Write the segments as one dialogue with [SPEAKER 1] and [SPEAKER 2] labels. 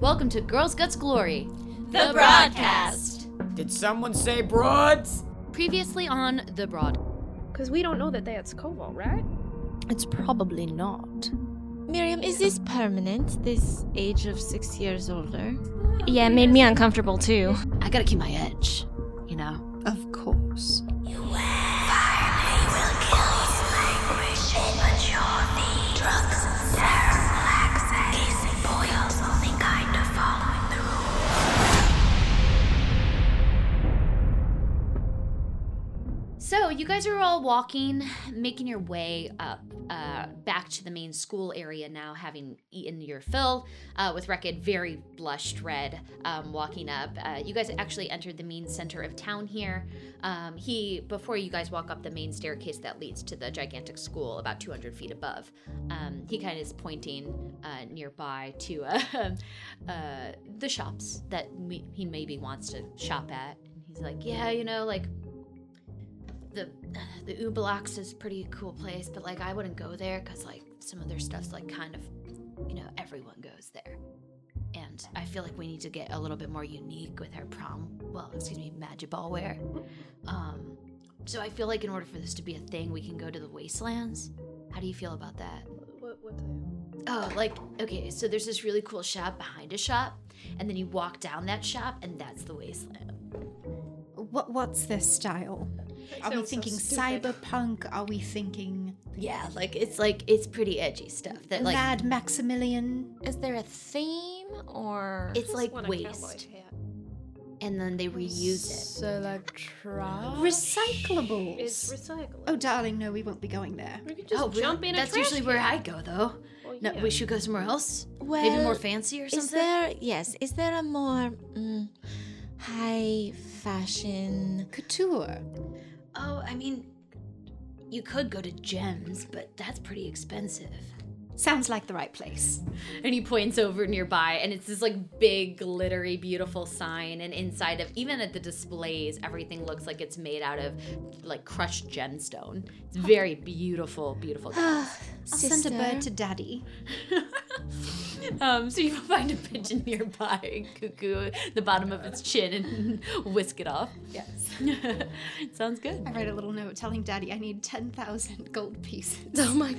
[SPEAKER 1] Welcome to Girls Guts Glory,
[SPEAKER 2] The broadcast.
[SPEAKER 3] Did someone say broads?
[SPEAKER 1] previously on The Broad.
[SPEAKER 4] Because we don't know that that's Koval, right?
[SPEAKER 5] It's probably not.
[SPEAKER 2] Miriam, is this permanent? This age of six years older?
[SPEAKER 6] Yeah, it made me uncomfortable too.
[SPEAKER 1] I gotta keep my edge, you know?
[SPEAKER 5] Of course.
[SPEAKER 1] So, you guys are all walking, making your way up uh, back to the main school area now, having eaten your fill, uh, with Rekid very blushed red um, walking up. Uh, you guys actually entered the main center of town here. Um, he, before you guys walk up the main staircase that leads to the gigantic school about 200 feet above, um, he kind of is pointing uh, nearby to uh, uh, the shops that me- he maybe wants to shop at. And he's like, yeah, you know, like the the Ubalax is pretty cool place, but like I wouldn't go there because like some of their stuff's like kind of you know everyone goes there, and I feel like we need to get a little bit more unique with our prom. Well, excuse me, magic ball wear. Um, so I feel like in order for this to be a thing, we can go to the wastelands. How do you feel about that?
[SPEAKER 4] What, what's that?
[SPEAKER 1] Oh, like okay, so there's this really cool shop behind a shop, and then you walk down that shop, and that's the wasteland.
[SPEAKER 5] What what's their style? Are
[SPEAKER 4] sounds
[SPEAKER 5] we
[SPEAKER 4] so
[SPEAKER 5] thinking
[SPEAKER 4] stupid.
[SPEAKER 5] cyberpunk? Are we thinking
[SPEAKER 1] Yeah, like it's like it's pretty edgy stuff that like
[SPEAKER 5] Lad Maximilian?
[SPEAKER 2] Is there a theme or
[SPEAKER 1] it's like
[SPEAKER 4] What a cowboy
[SPEAKER 1] waste.
[SPEAKER 4] hat.
[SPEAKER 1] and then they reuse
[SPEAKER 6] So like trash.
[SPEAKER 5] Recyclables.
[SPEAKER 4] It's recycling.
[SPEAKER 5] oh darling, no, we won't be going there.
[SPEAKER 4] we could
[SPEAKER 1] it.
[SPEAKER 4] just
[SPEAKER 1] Oh, really?
[SPEAKER 4] jump in a
[SPEAKER 1] That's
[SPEAKER 4] trash
[SPEAKER 1] usually
[SPEAKER 4] can.
[SPEAKER 1] where I go though.
[SPEAKER 4] Well,
[SPEAKER 1] No,
[SPEAKER 4] yeah.
[SPEAKER 1] we should go somewhere else.
[SPEAKER 2] well,
[SPEAKER 1] Maybe more fancy or
[SPEAKER 2] Is
[SPEAKER 1] something.
[SPEAKER 2] there yes? Is there a more mm, high fashion?
[SPEAKER 5] Couture.
[SPEAKER 1] Oh, I mean, you could go to Gems, but that's pretty expensive.
[SPEAKER 5] Sounds like the right place.
[SPEAKER 1] And he points over nearby, and it's this like big, glittery, beautiful sign. And inside of, even at the displays, everything looks like it's made out of like crushed gemstone. It's very beautiful, beautiful.
[SPEAKER 5] I'll send a bird to daddy.
[SPEAKER 1] um, so you find a pigeon nearby, and cuckoo the bottom of its chin, and whisk it off.
[SPEAKER 5] Yes.
[SPEAKER 1] Sounds good.
[SPEAKER 5] I wrote a little note telling daddy I need 10,000 gold pieces.
[SPEAKER 1] God.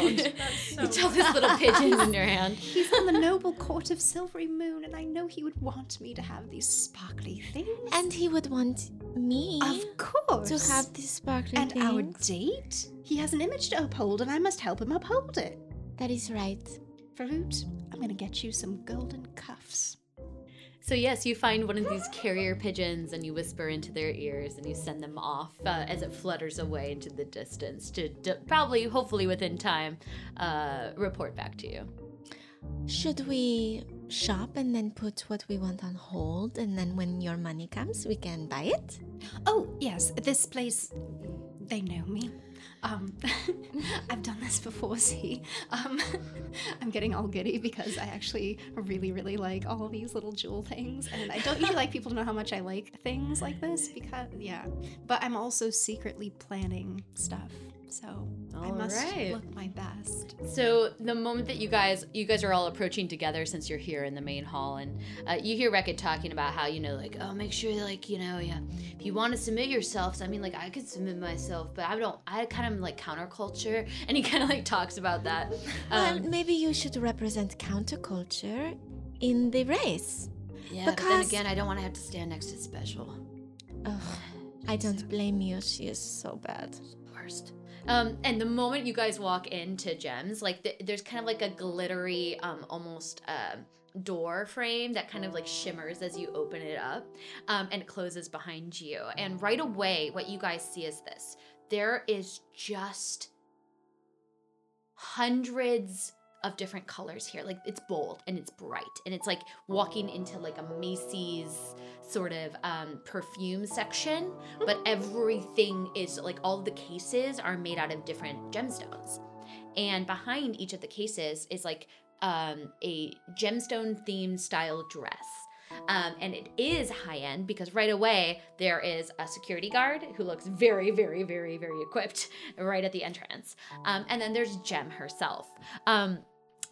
[SPEAKER 1] you tell this little pigeon in your hand.
[SPEAKER 5] He's on the noble court of Silvery Moon, and I know he would want me to have these sparkly things.
[SPEAKER 2] And he would want me
[SPEAKER 5] of course.
[SPEAKER 2] to have these sparkling
[SPEAKER 5] and
[SPEAKER 2] things.
[SPEAKER 5] our date? He has an image to uphold, and I must help him uphold it.
[SPEAKER 2] That is right.
[SPEAKER 5] Faroot, I'm gonna get you some golden cuffs.
[SPEAKER 1] So, yes, you find one of these carrier pigeons and you whisper into their ears and you send them off uh, as it flutters away into the distance to, to probably, hopefully within time, uh, report back to you.
[SPEAKER 2] Should we shop and then put what we want on hold, and then when your money comes, we can buy it?
[SPEAKER 5] Oh, yes, this place. They know me. Um, I've done this before, see? Um, I'm getting all giddy because I actually really, really like all these little jewel things. And I don't usually like people to know how much I like things like this because, yeah. But I'm also secretly planning stuff. So I must
[SPEAKER 1] Alright.
[SPEAKER 5] look my best.
[SPEAKER 1] So the moment that you guys you guys are all approaching together since you're here in the main hall and uh, you hear Rekid talking about how you know like oh make sure like you know yeah if you want to submit yourselves I mean like I could submit myself but I don't I kind of like counterculture and he kind of like talks about that Um,
[SPEAKER 2] well, maybe you should represent counterculture in the race.
[SPEAKER 1] yeah but then
[SPEAKER 2] because-
[SPEAKER 1] again I don't want to have to stand next to special
[SPEAKER 2] Ugh, I don't blame you. She is so bad.
[SPEAKER 1] worst. Um, and the moment you guys walk into Gems, like th- there's kind of like a glittery, um, almost uh, door frame that kind of like shimmers as you open it up, um, and it closes behind you. And right away, what you guys see is this: there is just hundreds of different colors here. Like it's bold and it's bright, and it's like walking into like a Macy's sort of um, perfume section but everything is like all of the cases are made out of different gemstones and behind each of the cases is like um, a gemstone themed style dress um, and it is high end because right away there is a security guard who looks very very very very equipped right at the entrance um, and then there's jem herself um,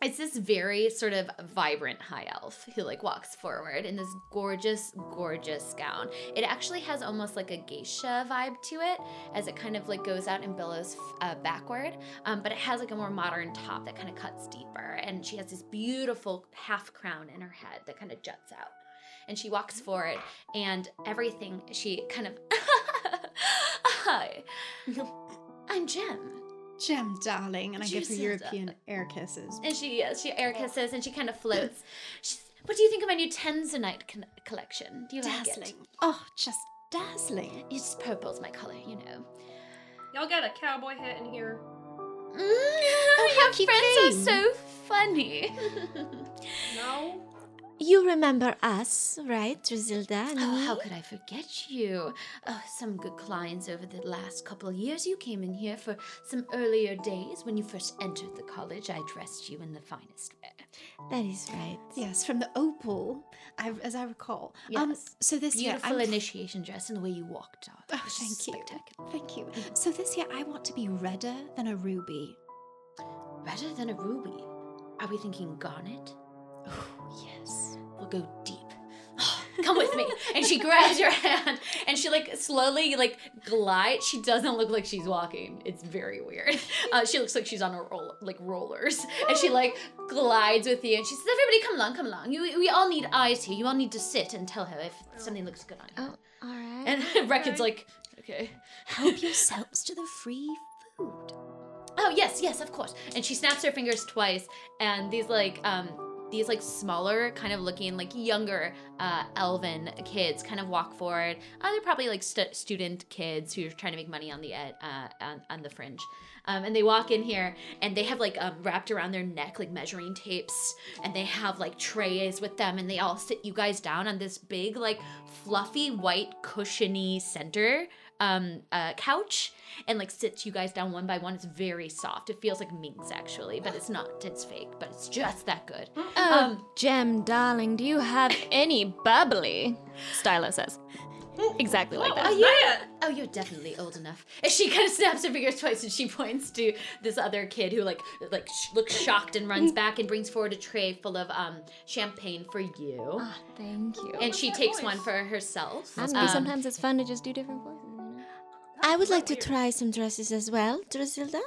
[SPEAKER 1] It's this very sort of vibrant high elf who like walks forward in this gorgeous, gorgeous gown. It actually has almost like a geisha vibe to it as it kind of like goes out and billows f- uh, backward. Um, but it has like a more modern top that kind of cuts deeper. And she has this beautiful half crown in her head that kind of juts out. And she walks forward and everything, she kind of, hi, I'm Jem.
[SPEAKER 5] Gem, darling, and I give her
[SPEAKER 1] Giselda.
[SPEAKER 5] European air kisses.
[SPEAKER 1] And she yes, she air kisses and she kind of floats. She's, what do you think of my new Tenzonite con- collection? Do you like it?
[SPEAKER 5] Dazzling. Oh, just dazzling.
[SPEAKER 1] It's purple's my color, you know.
[SPEAKER 4] Y'all got a cowboy hat in here.
[SPEAKER 1] Mm, your
[SPEAKER 5] cute
[SPEAKER 1] friends
[SPEAKER 5] name.
[SPEAKER 1] are so funny.
[SPEAKER 4] No.
[SPEAKER 2] You remember us, right, Drizilda? and
[SPEAKER 1] oh, how
[SPEAKER 2] me?
[SPEAKER 1] could I forget you? Oh, some good clients over the last couple of years. You came in here for some earlier days when you first entered the college. I dressed you in the finest wear.
[SPEAKER 2] That is right.
[SPEAKER 5] Yes, from the opal, I, as I recall. Um,
[SPEAKER 1] Yes.
[SPEAKER 5] so this
[SPEAKER 1] Beautiful
[SPEAKER 5] year, I'm
[SPEAKER 1] initiation dress and the way you walked off.
[SPEAKER 5] Oh,
[SPEAKER 1] It was
[SPEAKER 5] thank you.
[SPEAKER 1] spectacular.
[SPEAKER 5] Thank you. So this year, I want to be redder than a ruby.
[SPEAKER 1] Better than a ruby. Are we thinking garnet?
[SPEAKER 5] Yes.
[SPEAKER 1] We'll go deep. Come with me. And she grabs your hand and she like slowly like glides. She doesn't look like she's walking. It's very weird. Uh, she looks like she's on a roll like rollers. And she like glides with you and she says, Everybody come along, come along. You, we all need eyes here. You all need to sit and tell her if something looks good on you.
[SPEAKER 2] Oh, all right.
[SPEAKER 1] And Reckon's like, okay.
[SPEAKER 5] Help yourselves to the free food.
[SPEAKER 1] Oh yes, yes, of course. And she snaps her fingers twice, and these like um these like smaller kind of looking like younger uh, elven kids kind of walk forward. Uh, they're probably like stu- student kids who are trying to make money on the ed- uh, on, on the fringe, um, and they walk in here and they have like um, wrapped around their neck like measuring tapes, and they have like trays with them, and they all sit you guys down on this big like fluffy white cushiony center um uh, couch and like sits you guys down one by one. It's very soft. It feels like minks actually, but it's not. It's fake, but it's just that good. Um,
[SPEAKER 6] Gem, darling, do you have any bubbly? Stylo says.
[SPEAKER 2] Hmm.
[SPEAKER 6] Exactly like that.
[SPEAKER 1] yeah. Oh, you're definitely old enough. And she kind of snaps her fingers twice, and she points to this other kid who like like sh- looks shocked and runs back and brings forward a tray full of um champagne for you,
[SPEAKER 6] Ah, thank you.
[SPEAKER 1] and she takes one for herself.
[SPEAKER 6] I don't know,
[SPEAKER 1] Um,
[SPEAKER 6] sometimes it's fun to just do different voices. you know?
[SPEAKER 2] I would like to try some dresses as well, Drizilda.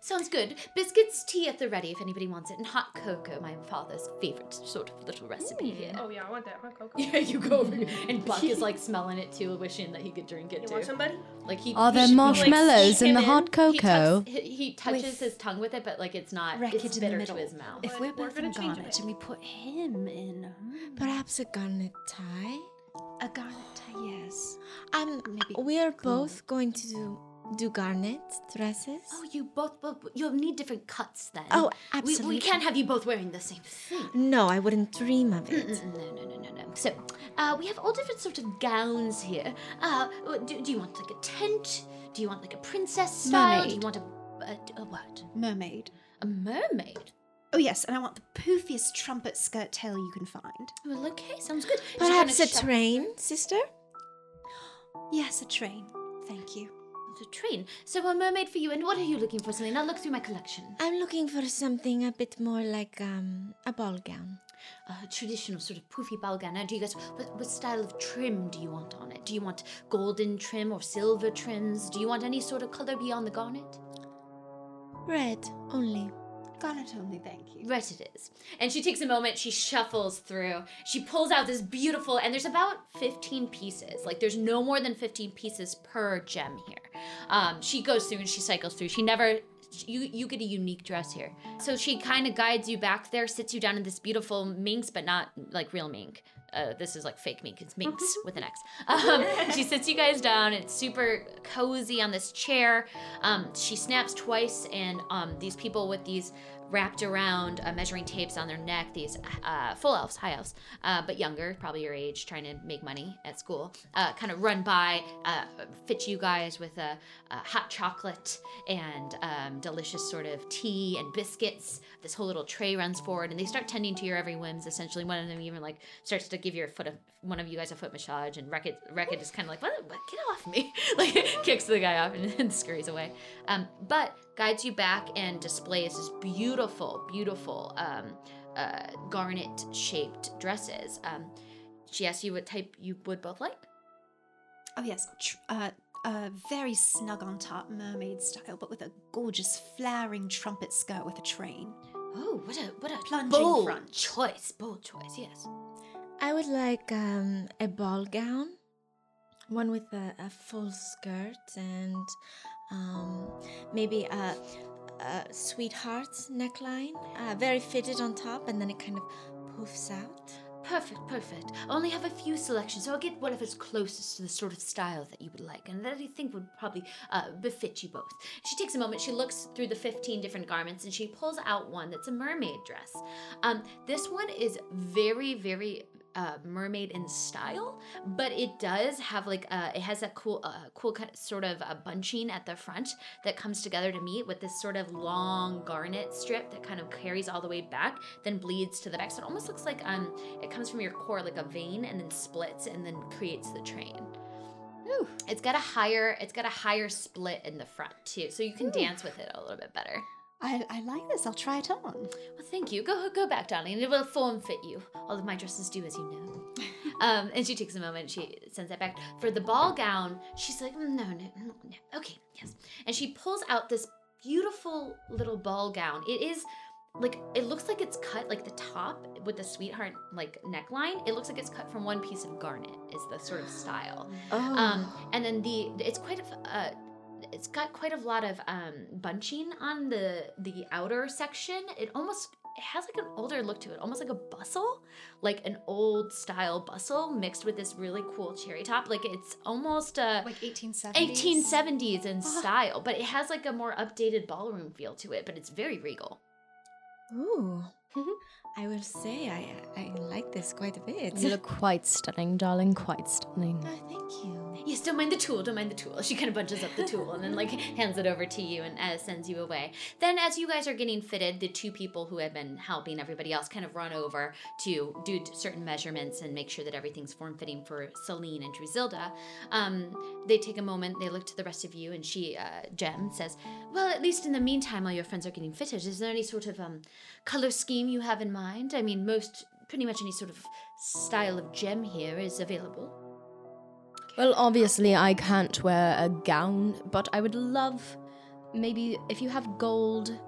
[SPEAKER 1] Sounds good. Biscuits, tea at the ready if anybody wants it, and hot cocoa, my father's favorite sort of little recipe here.
[SPEAKER 4] Oh yeah, I want that hot cocoa.
[SPEAKER 1] Yeah, you go over, and Buck is like smelling it too, wishing that he could drink it
[SPEAKER 4] You
[SPEAKER 1] too.
[SPEAKER 4] want somebody?
[SPEAKER 1] Like he
[SPEAKER 7] Are
[SPEAKER 1] he
[SPEAKER 7] there
[SPEAKER 1] should be,
[SPEAKER 7] marshmallows
[SPEAKER 1] sneaking
[SPEAKER 7] in the hot
[SPEAKER 1] He,
[SPEAKER 7] cocoa?
[SPEAKER 1] tucks- he, he touches
[SPEAKER 5] With
[SPEAKER 1] his tongue with it, but like it's not.
[SPEAKER 5] Wreckage
[SPEAKER 1] It's
[SPEAKER 5] in the
[SPEAKER 1] bitter to
[SPEAKER 5] middle.
[SPEAKER 1] his mouth.
[SPEAKER 5] If we're
[SPEAKER 4] We're
[SPEAKER 5] both
[SPEAKER 4] gonna
[SPEAKER 5] in
[SPEAKER 4] change it.
[SPEAKER 5] garnet and we put him in hmm,
[SPEAKER 2] Perhaps a garnet tie.
[SPEAKER 5] a garnet, yes.
[SPEAKER 2] Um,
[SPEAKER 5] Maybe
[SPEAKER 2] we are
[SPEAKER 5] cool.
[SPEAKER 2] both going to do, do garnet dresses.
[SPEAKER 1] Oh, you both, both you'll need different cuts then.
[SPEAKER 2] Oh,
[SPEAKER 1] We,
[SPEAKER 2] absolutely.
[SPEAKER 1] we can't have you both wearing the same thing.
[SPEAKER 2] No, I wouldn't dream of it.
[SPEAKER 1] Mm, No, no, no, no, no. So, uh, we have all different sort of gowns here. Uh, do, do you want like a tent? Do you want like a princess style? Do you want
[SPEAKER 5] Mermaid.
[SPEAKER 1] a, a, a what?
[SPEAKER 5] Mermaid.
[SPEAKER 1] A mermaid?
[SPEAKER 5] Oh yes, and I want the poofiest trumpet skirt tail you can find.
[SPEAKER 1] Well, okay, sounds good. She kinda
[SPEAKER 2] Perhaps a
[SPEAKER 1] sho-
[SPEAKER 2] train, sister?
[SPEAKER 5] Yes, a train. Thank you.
[SPEAKER 1] The train. So a mermaid for you. And what are you looking for, Celine? I'll look through my collection.
[SPEAKER 2] I'm looking for something a bit more like um, a ball gown.
[SPEAKER 1] A traditional sort of poofy balgana. Do you guys? What, what style of trim do you want on it? Do you want golden trim or silver trims? Do you want any sort of color beyond the garnet?
[SPEAKER 2] Red only.
[SPEAKER 5] Garnet only, thank you.
[SPEAKER 1] Right, it is. And she takes a moment, she shuffles through, she pulls out this beautiful, and there's about 15 pieces. Like, there's no more than 15 pieces per gem here. Um, she goes through and she cycles through. She never. You, you get a unique dress here. So she kind of guides you back there, sits you down in this beautiful minx, but not like real mink. Uh, this is like fake mink. It's minx with an X. Um, she sits you guys down. It's super cozy on this chair. Um, she snaps twice, and um, these people with these wrapped around uh, measuring tapes on their neck, these uh, full elves, high elves, uh, but younger, probably your age, trying to make money at school, uh, kind of run by, uh, fit you guys with a, a hot chocolate and um, delicious sort of tea and biscuits. This whole little tray runs forward, and they start tending to your every whims. Essentially, one of them even like starts to give your foot a, one of you guys a foot massage, and Wrecked Wrecked is kind of like, what, what? Get off me! like kicks the guy off and, and scurries away. Um, but guides you back and displays this beautiful, beautiful um, uh, garnet shaped dresses. Um, she asks you what type you would both like.
[SPEAKER 5] Oh yes, tr- uh, uh, very snug on top, mermaid style, but with a gorgeous flaring trumpet skirt with a train.
[SPEAKER 1] Oh, what a what a
[SPEAKER 5] Plunging
[SPEAKER 1] bold
[SPEAKER 5] front.
[SPEAKER 1] choice, bold choice. Yes.
[SPEAKER 2] I would like um, a ball gown, one with a, a full skirt, and um, maybe a, a sweetheart neckline, uh, very fitted on top, and then it kind of poofs out.
[SPEAKER 1] Perfect, perfect. I only have a few selections, so I'll get whatever's closest to the sort of style that you would like, and that I think would probably uh, befit you both. She takes a moment, she looks through the 15 different garments, and she pulls out one that's a mermaid dress. Um, this one is very, very uh, mermaid in style, but it does have like uh, it has that cool, uh, cool kind sort of a bunching at the front that comes together to meet with this sort of long garnet strip that kind of carries all the way back, then bleeds to the back. So it almost looks like um, it comes from your core like a vein and then splits and then creates the train. It's got a higher, it's got a higher split in the front too, so you can dance with it a little bit better.
[SPEAKER 5] I, I like this. I'll try it on.
[SPEAKER 1] Well, thank you. Go go back, darling, and it will form fit you. All of my dresses do, as you know. um, and she takes a moment. She sends that back for the ball gown. She's like, "Mm, no, no, no, no. Okay, yes. And she pulls out this beautiful little ball gown. It is like it looks like it's cut like the top with the sweetheart like neckline. It looks like it's cut from one piece of garnet. Is the sort of style.
[SPEAKER 2] Oh,
[SPEAKER 1] Um, and then the it's quite a f- uh, it's got quite a lot of um, bunching on the the outer section. It almost it has like an older look to it, almost like a bustle, like an old style bustle mixed with this really cool cherry top. Like it's almost uh, a
[SPEAKER 5] Like 1870s.
[SPEAKER 1] 1870s in style, but it has like a more updated ballroom feel to it. But it's very regal.
[SPEAKER 2] ooh. I will say I, I like this quite a bit.
[SPEAKER 6] You look quite stunning, darling. Quite stunning.
[SPEAKER 2] Oh, thank you.
[SPEAKER 1] Yes, don't mind the tool, don't mind the tool. She kind of bunches up the tool and then like hands it over to you and uh, sends you away. Then, as you guys are getting fitted, the two people who have been helping everybody else kind of run over to do t- certain measurements and make sure that everything's form fitting for Celine and Drizilda. Um, they take a moment, they look to the rest of you, and she, uh, Jem, says, "Well, at least in the meantime, while your friends are getting fitted, is there any sort of um, color scheme you have in mind? I mean, most." Pretty much any sort of style of gem here is available.
[SPEAKER 6] Well, obviously, I can't wear a gown, but I would love maybe if you have gold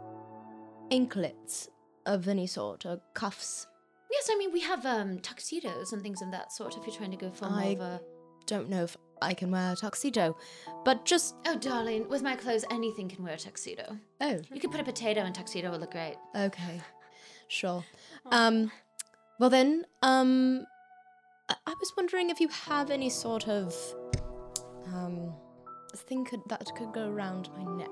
[SPEAKER 6] anklets of any sort or cuffs.
[SPEAKER 1] Yes, I mean we have um tuxedos and things of that sort. If you're trying to go for more
[SPEAKER 6] I-
[SPEAKER 1] of a
[SPEAKER 6] Don't know if I can wear a tuxedo, but just
[SPEAKER 1] oh, darling, with my clothes, anything can wear a tuxedo.
[SPEAKER 6] oh,
[SPEAKER 1] You could put a potato in tuxedo; would look great.
[SPEAKER 6] okay, sure. Um, well then, um, I, I was wondering if you have any sort of um thing could that could go around my neck.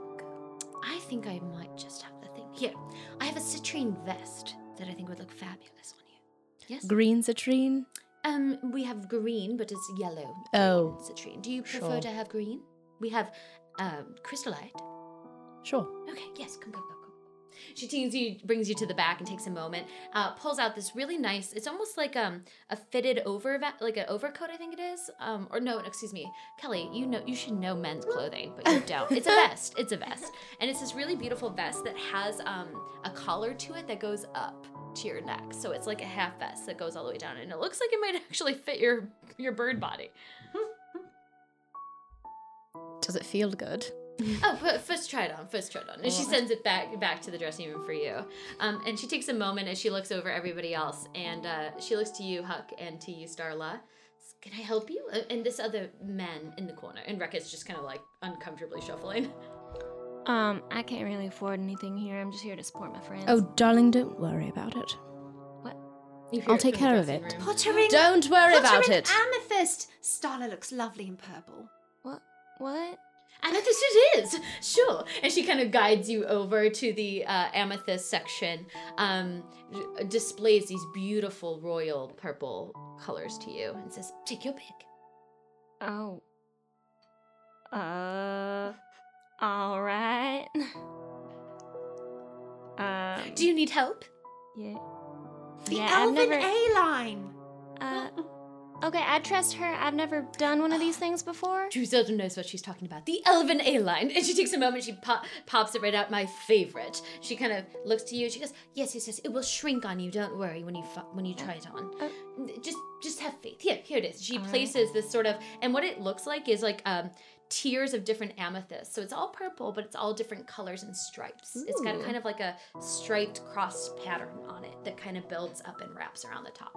[SPEAKER 1] I think I might just have the thing here. I have a citrine vest that I think would look fabulous on you. Yes.
[SPEAKER 6] Green citrine.
[SPEAKER 1] um, we have green, but it's yellow.
[SPEAKER 6] Oh.
[SPEAKER 1] green citrine. Do you prefer
[SPEAKER 6] Sure.
[SPEAKER 1] to have green? We have um, crystallite.
[SPEAKER 6] Sure.
[SPEAKER 1] Okay, yes, come, come, come, come. She teens you, brings you to the back and takes a moment, uh, pulls out this really nice. It's almost like um a fitted over like an overcoat, I think it is. Um, or no, excuse me, Kelly, you know you should know men's clothing, but you don't. It's a vest. It's a vest, and it's this really beautiful vest that has um a collar to it that goes up to your neck, so it's like a half vest that goes all the way down, and it looks like it might actually fit your your bird body.
[SPEAKER 6] Does it feel good?
[SPEAKER 1] oh, well, first try it on, first try it on. And she sends it back back to the dressing room for you. Um, and she takes a moment as she looks over everybody else, and uh, she looks to you, Huck, and to you, Starla. S- Can I help you? Uh, And this other man in the corner, and Rekka's just kind of like uncomfortably shuffling.
[SPEAKER 7] Um, I can't really afford anything here. I'm just here to support my friends.
[SPEAKER 6] Oh, darling, don't worry about it.
[SPEAKER 1] You
[SPEAKER 6] I'll
[SPEAKER 1] hear it
[SPEAKER 6] take
[SPEAKER 1] from the
[SPEAKER 6] care of
[SPEAKER 1] dressing
[SPEAKER 6] it.
[SPEAKER 1] room.
[SPEAKER 5] Pottering.
[SPEAKER 6] Don't worry about
[SPEAKER 5] pottering
[SPEAKER 6] it.
[SPEAKER 2] Ah,
[SPEAKER 5] Amethyst. Starla looks lovely in purple.
[SPEAKER 7] what? What?
[SPEAKER 1] Amethyst it is, sure. And she kind of guides you over to the uh, amethyst section, um, d- displays these beautiful royal purple colors to you, and says, "Take your pick."
[SPEAKER 7] Oh. Uh. All right. Um.
[SPEAKER 1] Do you need help?
[SPEAKER 7] Yeah.
[SPEAKER 5] The
[SPEAKER 7] yeah, I've
[SPEAKER 5] Elven
[SPEAKER 7] never.
[SPEAKER 5] A line.
[SPEAKER 7] uh, Okay, I trust her. I've never done one of these things before.
[SPEAKER 1] Drusilla knows what she's talking about. The Elven A line. And she takes a moment, she pop, pops it right out. My favorite. She kind of looks to you. and She goes, "Yes, yes, yes. It will shrink on you. Don't worry when you fu- when you try it on. just just have faith. Here, here it is." She places this sort of, and what it looks like is like um tiers of different amethysts. So it's all purple, but it's all different colors and stripes. It's got kind of like a striped cross pattern on it that kind of builds up and wraps around the top.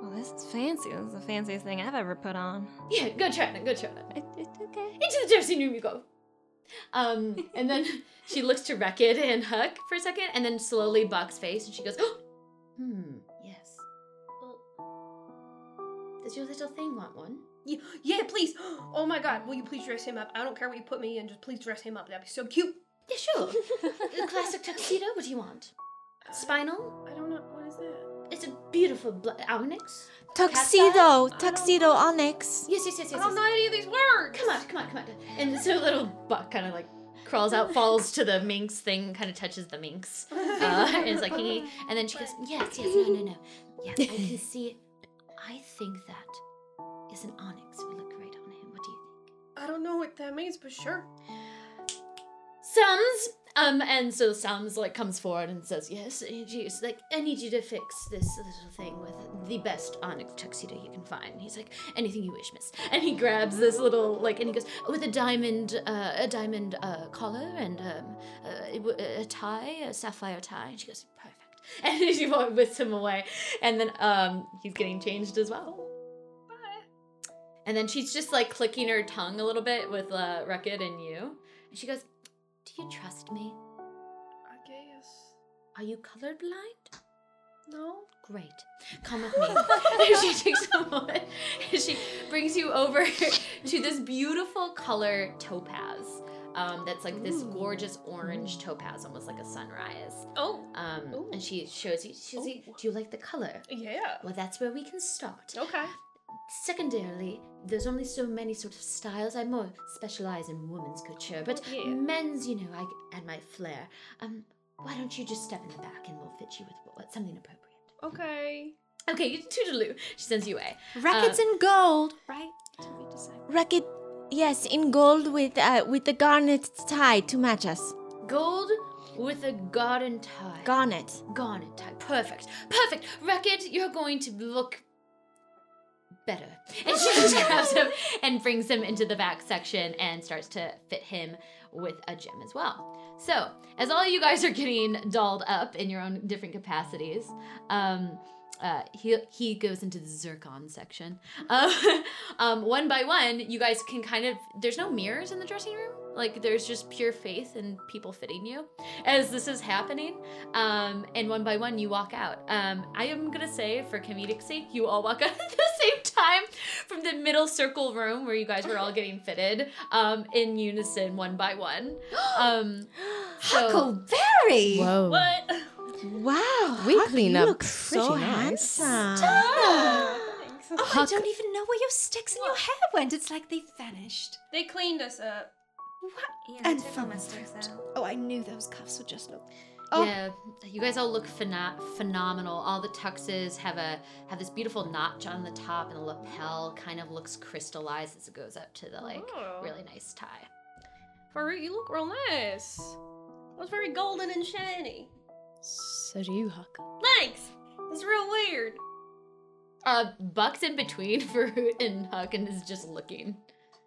[SPEAKER 7] Well, this is fancy. This is the fanciest thing I've ever put on.
[SPEAKER 1] Yeah, go try it. Go try it.
[SPEAKER 7] It, it's okay.
[SPEAKER 1] into the dressing room you go. Um, and then she looks to Wrecked and Huck for a second, and then slowly Buck's face, and she goes, oh, hmm, yes. Does your little thing want one?
[SPEAKER 4] Yeah, yeah, please. Oh my god, will you please dress him up? I don't care what you put me in, just please dress him up. That'd be so cute.
[SPEAKER 1] Yeah, sure. the classic tuxedo, what do you want? Spinal?
[SPEAKER 4] I don't know. What is that?
[SPEAKER 1] It's a beautiful bla onyx.
[SPEAKER 2] Tuxedo, tuxedo onyx.
[SPEAKER 1] Yes, yes, yes, yes.
[SPEAKER 4] I
[SPEAKER 1] yes.
[SPEAKER 4] don't know any of these words.
[SPEAKER 1] Come on, come on, come on. And so little Buck kind of like crawls out, falls to the minx thing, kind of touches the minx. Uh, and it's like, "Hey." and then she goes, yes, yes, no, no, no. Yeah, I can see it. I think that is an onyx. We look right on him. What do you think?
[SPEAKER 4] I don't know what that means, but sure.
[SPEAKER 1] Sams. Um, and so Sams like comes forward and says, yes, she's like, I need you to fix this little thing with the best onyx tuxedo you can find. And he's like, anything you wish, miss. And he grabs this little like, and he goes "Oh, with a diamond, uh, a diamond uh, collar and um, a, a tie, a sapphire tie. And she goes, perfect. And she wa- whisks him away. And then um, he's getting changed as well. And then she's just like clicking her tongue a little bit with uh, Rekid and you. And she goes, Do you trust me?
[SPEAKER 4] I guess.
[SPEAKER 1] Are you colorblind?
[SPEAKER 4] No?
[SPEAKER 1] Great. Come with me. and she takes a moment and she brings you over to this beautiful color topaz. Um, that's like this gorgeous orange topaz, almost like a sunrise.
[SPEAKER 4] Oh.
[SPEAKER 1] Um,
[SPEAKER 4] Ooh.
[SPEAKER 1] and she shows you, she shows you, do you like the color?
[SPEAKER 4] Yeah.
[SPEAKER 1] Well, that's where we can start.
[SPEAKER 4] Okay.
[SPEAKER 1] Secondarily, there's only so many sort of styles. I more specialize in women's couture, but
[SPEAKER 7] Yeah.
[SPEAKER 1] men's, you know, I add my flair. Um, why don't you just step in the back and we'll fit you with what- something appropriate?
[SPEAKER 4] Okay.
[SPEAKER 1] Okay, you toodaloo. She sends you away. Uh,
[SPEAKER 6] Rackets in gold.
[SPEAKER 5] right? Did we decide?
[SPEAKER 2] Racket, yes, in gold with uh, with the garnet tie to match us.
[SPEAKER 1] Gold with a garden tie.
[SPEAKER 2] Garnet.
[SPEAKER 1] garnet tie. Perfect, perfect. Record, you're going to look better. And she just grabs him and brings him into the back section and starts to fit him with a gem as well. So, as all you guys are getting dolled up in your own different capacities, um, uh, he, he goes into the zircon section. Um, um, one by one, you guys can kind of. There's no mirrors in the dressing room. Like, there's just pure faith in people fitting you as this is happening. Um, and one by one, you walk out. Um, I am going to say, for comedic sake, you all walk out at the same time from the middle circle room where you guys were all getting fitted um, in unison, one by one. Um, so,
[SPEAKER 5] Huckleberry!
[SPEAKER 1] Oh.
[SPEAKER 6] Whoa.
[SPEAKER 4] What?
[SPEAKER 2] Wow,
[SPEAKER 6] We
[SPEAKER 2] Huck,
[SPEAKER 6] clean
[SPEAKER 2] you
[SPEAKER 6] up
[SPEAKER 2] look so
[SPEAKER 6] pretty nice.
[SPEAKER 2] handsome.
[SPEAKER 5] Oh, I don't even know where your sticks and your hair went. It's like they vanished.
[SPEAKER 4] They cleaned us up.
[SPEAKER 7] Yeah,
[SPEAKER 5] And from my throat. Oh, I knew those cuffs would just look.
[SPEAKER 6] Oh.
[SPEAKER 1] yeah, you guys all look phena- phenomenal. All the tuxes have a have this beautiful notch on the top, and the lapel kind of looks crystallized as it goes up to the like
[SPEAKER 4] Oh.
[SPEAKER 1] really nice tie.
[SPEAKER 4] For you look real nice. It was very golden and shiny.
[SPEAKER 6] So do you, Huck.
[SPEAKER 4] Thanks. It's real weird.
[SPEAKER 1] Uh, Buck's in between Fruit and Huck and is just looking.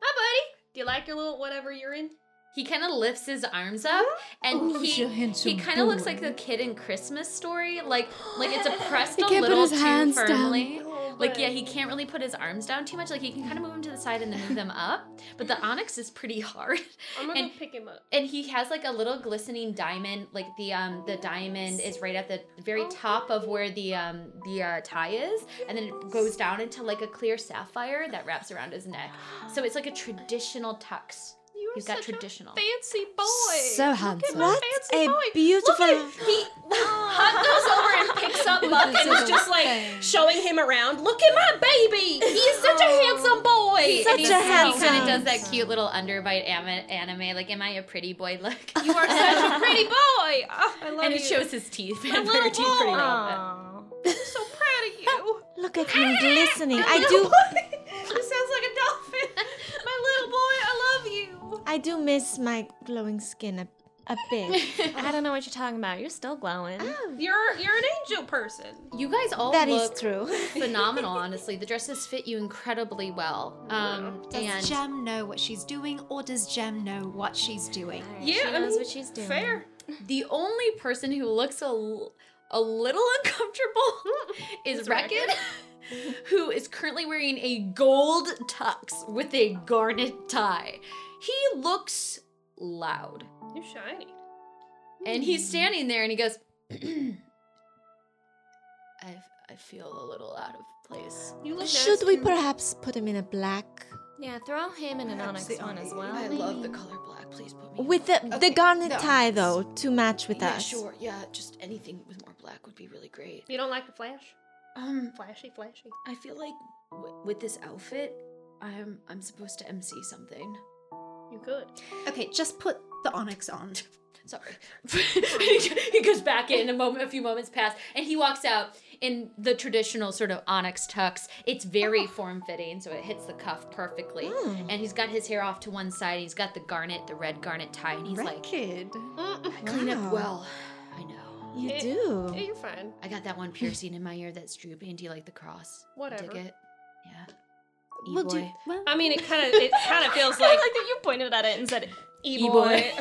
[SPEAKER 4] Hi, buddy. Do you like your little whatever you're in?
[SPEAKER 1] He kind of lifts his arms up and
[SPEAKER 6] Oh,
[SPEAKER 1] he he kind of looks like the kid in Christmas Story, like like it's oppressed
[SPEAKER 6] He
[SPEAKER 1] a
[SPEAKER 6] can't put
[SPEAKER 1] little
[SPEAKER 6] his
[SPEAKER 1] too
[SPEAKER 6] hands down.
[SPEAKER 1] firmly. Like
[SPEAKER 4] bit.
[SPEAKER 1] yeah, he can't really put his arms down too much. Like he can kind of move them to the side and then move them up, but the onyx is pretty hard.
[SPEAKER 4] I'm gonna
[SPEAKER 1] And-
[SPEAKER 4] go pick him up.
[SPEAKER 1] And he has like a little glistening diamond, like the um the diamond is right at the very top of where the um the uh, tie is, and then it goes down into like a clear sapphire that wraps around his neck. So it's like a traditional tux.
[SPEAKER 4] You
[SPEAKER 1] He's got traditional.
[SPEAKER 4] fancy boy.
[SPEAKER 6] So handsome.
[SPEAKER 2] What
[SPEAKER 4] fancy
[SPEAKER 2] a
[SPEAKER 4] boy.
[SPEAKER 2] beautiful.
[SPEAKER 4] He Hunt goes over and picks up Buck and is just like showing him around. Look at my baby. He's such a handsome boy.
[SPEAKER 2] Such
[SPEAKER 1] And he,
[SPEAKER 2] a handsome.
[SPEAKER 1] kind of does that cute little underbite ami- anime, like, "Am I a pretty boy?" Look,
[SPEAKER 4] you are such a pretty boy. Oh, I love
[SPEAKER 1] and he
[SPEAKER 4] you.
[SPEAKER 1] shows his teeth.
[SPEAKER 4] little
[SPEAKER 1] They're teeth pretty
[SPEAKER 4] boy.
[SPEAKER 1] relevant.
[SPEAKER 7] Aw.
[SPEAKER 4] I'm so proud of you.
[SPEAKER 2] Look at me glistening. I
[SPEAKER 4] Little
[SPEAKER 2] do.
[SPEAKER 4] boy. you sounds like a dolphin. My little boy, I love you.
[SPEAKER 2] I do miss my glowing skin a, a bit.
[SPEAKER 7] I don't know what you're talking about. You're still glowing.
[SPEAKER 1] Ah.
[SPEAKER 2] Oh.
[SPEAKER 4] You're you're an angel person.
[SPEAKER 1] You guys all
[SPEAKER 2] That is
[SPEAKER 1] look
[SPEAKER 2] true.
[SPEAKER 1] phenomenal, honestly. The dresses fit you incredibly well. Um,
[SPEAKER 5] Does
[SPEAKER 1] and
[SPEAKER 5] Jem know what she's doing, or does Jem know what she's doing?
[SPEAKER 4] Yeah,
[SPEAKER 7] she
[SPEAKER 4] I
[SPEAKER 7] knows
[SPEAKER 4] mean,
[SPEAKER 7] what she's doing.
[SPEAKER 4] Fair.
[SPEAKER 1] the only person who looks a, l- a little uncomfortable is Reckon, who is currently wearing a gold tux with a garnet tie. He looks loud.
[SPEAKER 4] You're shiny.
[SPEAKER 1] And he's standing there and he goes, I, I feel a little out of place.
[SPEAKER 4] You look
[SPEAKER 2] Should we
[SPEAKER 4] nice.
[SPEAKER 2] perhaps put him in a black
[SPEAKER 7] Yeah, throw him in an onyx one as well.
[SPEAKER 1] I love the color black. Please put me in
[SPEAKER 2] with the, the
[SPEAKER 1] Okay,
[SPEAKER 2] garnet
[SPEAKER 1] the
[SPEAKER 2] tie
[SPEAKER 1] onyx.
[SPEAKER 2] though to match with
[SPEAKER 1] yeah,
[SPEAKER 2] us?
[SPEAKER 1] Sure, yeah, just anything with more black would be really great.
[SPEAKER 4] You don't like the flash?
[SPEAKER 1] Um,
[SPEAKER 4] Flashy, flashy.
[SPEAKER 1] I feel like w- with this outfit, I'm I'm supposed to MC something.
[SPEAKER 4] You could.
[SPEAKER 5] Okay, just put the onyx on.
[SPEAKER 1] Sorry. he goes back in a moment, a few moments pass, and he walks out in the traditional sort of onyx tux. It's very form fitting, so it hits the cuff perfectly.
[SPEAKER 2] Hmm,
[SPEAKER 1] And he's got his hair off to one side, and he's got the garnet, the red garnet tie, and he's like,
[SPEAKER 5] Kid.
[SPEAKER 4] Mm.
[SPEAKER 1] I clean
[SPEAKER 2] Wow.
[SPEAKER 1] up well. I know.
[SPEAKER 2] You
[SPEAKER 4] Eh,
[SPEAKER 2] do. E
[SPEAKER 4] Yeah, you're fine.
[SPEAKER 1] I got that one piercing in my ear that's drooping. Do you like the cross? You
[SPEAKER 4] Whatever.
[SPEAKER 1] Dig it? Yeah.
[SPEAKER 5] We'll do-
[SPEAKER 1] E-boy.
[SPEAKER 5] well,
[SPEAKER 4] I mean, it kind of it kind of feels like
[SPEAKER 7] that you pointed at it and said,
[SPEAKER 4] e-boy.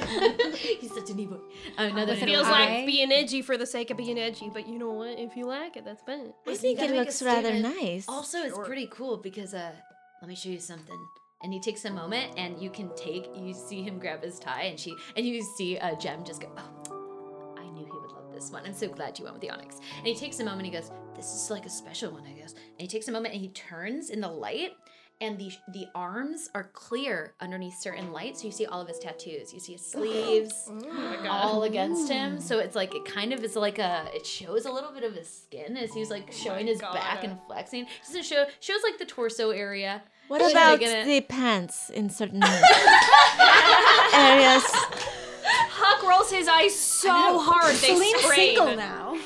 [SPEAKER 1] He's such an e-boy. Another
[SPEAKER 4] It
[SPEAKER 1] thing
[SPEAKER 4] feels
[SPEAKER 1] I-
[SPEAKER 5] I-
[SPEAKER 4] like being edgy for the sake of being edgy, but you know what? If you like it, that's fine.
[SPEAKER 2] I think
[SPEAKER 1] gotta
[SPEAKER 2] it
[SPEAKER 1] make a
[SPEAKER 2] looks rather
[SPEAKER 1] statement.
[SPEAKER 2] nice.
[SPEAKER 1] Also, it's pretty cool because uh, let me show you something. And he takes a moment, and you can take. You see him grab his tie, and she, and you see uh, Jem just go. Oh, I knew he would love this one. I'm so glad you went with the onyx. And he takes a moment. He goes, "This is like a special one, I guess." And he takes a moment, and he turns in the light, and the the arms are clear underneath certain light, so you see all of his tattoos. You see his sleeves all against him. So it's like it kind of is like a it shows a little bit of his skin as he's like showing his back and flexing. Doesn't show shows like the torso area.
[SPEAKER 2] What
[SPEAKER 1] Should I
[SPEAKER 2] about
[SPEAKER 1] get it?
[SPEAKER 2] the pants in certain areas?
[SPEAKER 7] Huck rolls his eyes so hard they
[SPEAKER 5] Celine's
[SPEAKER 7] sprain.
[SPEAKER 5] single now.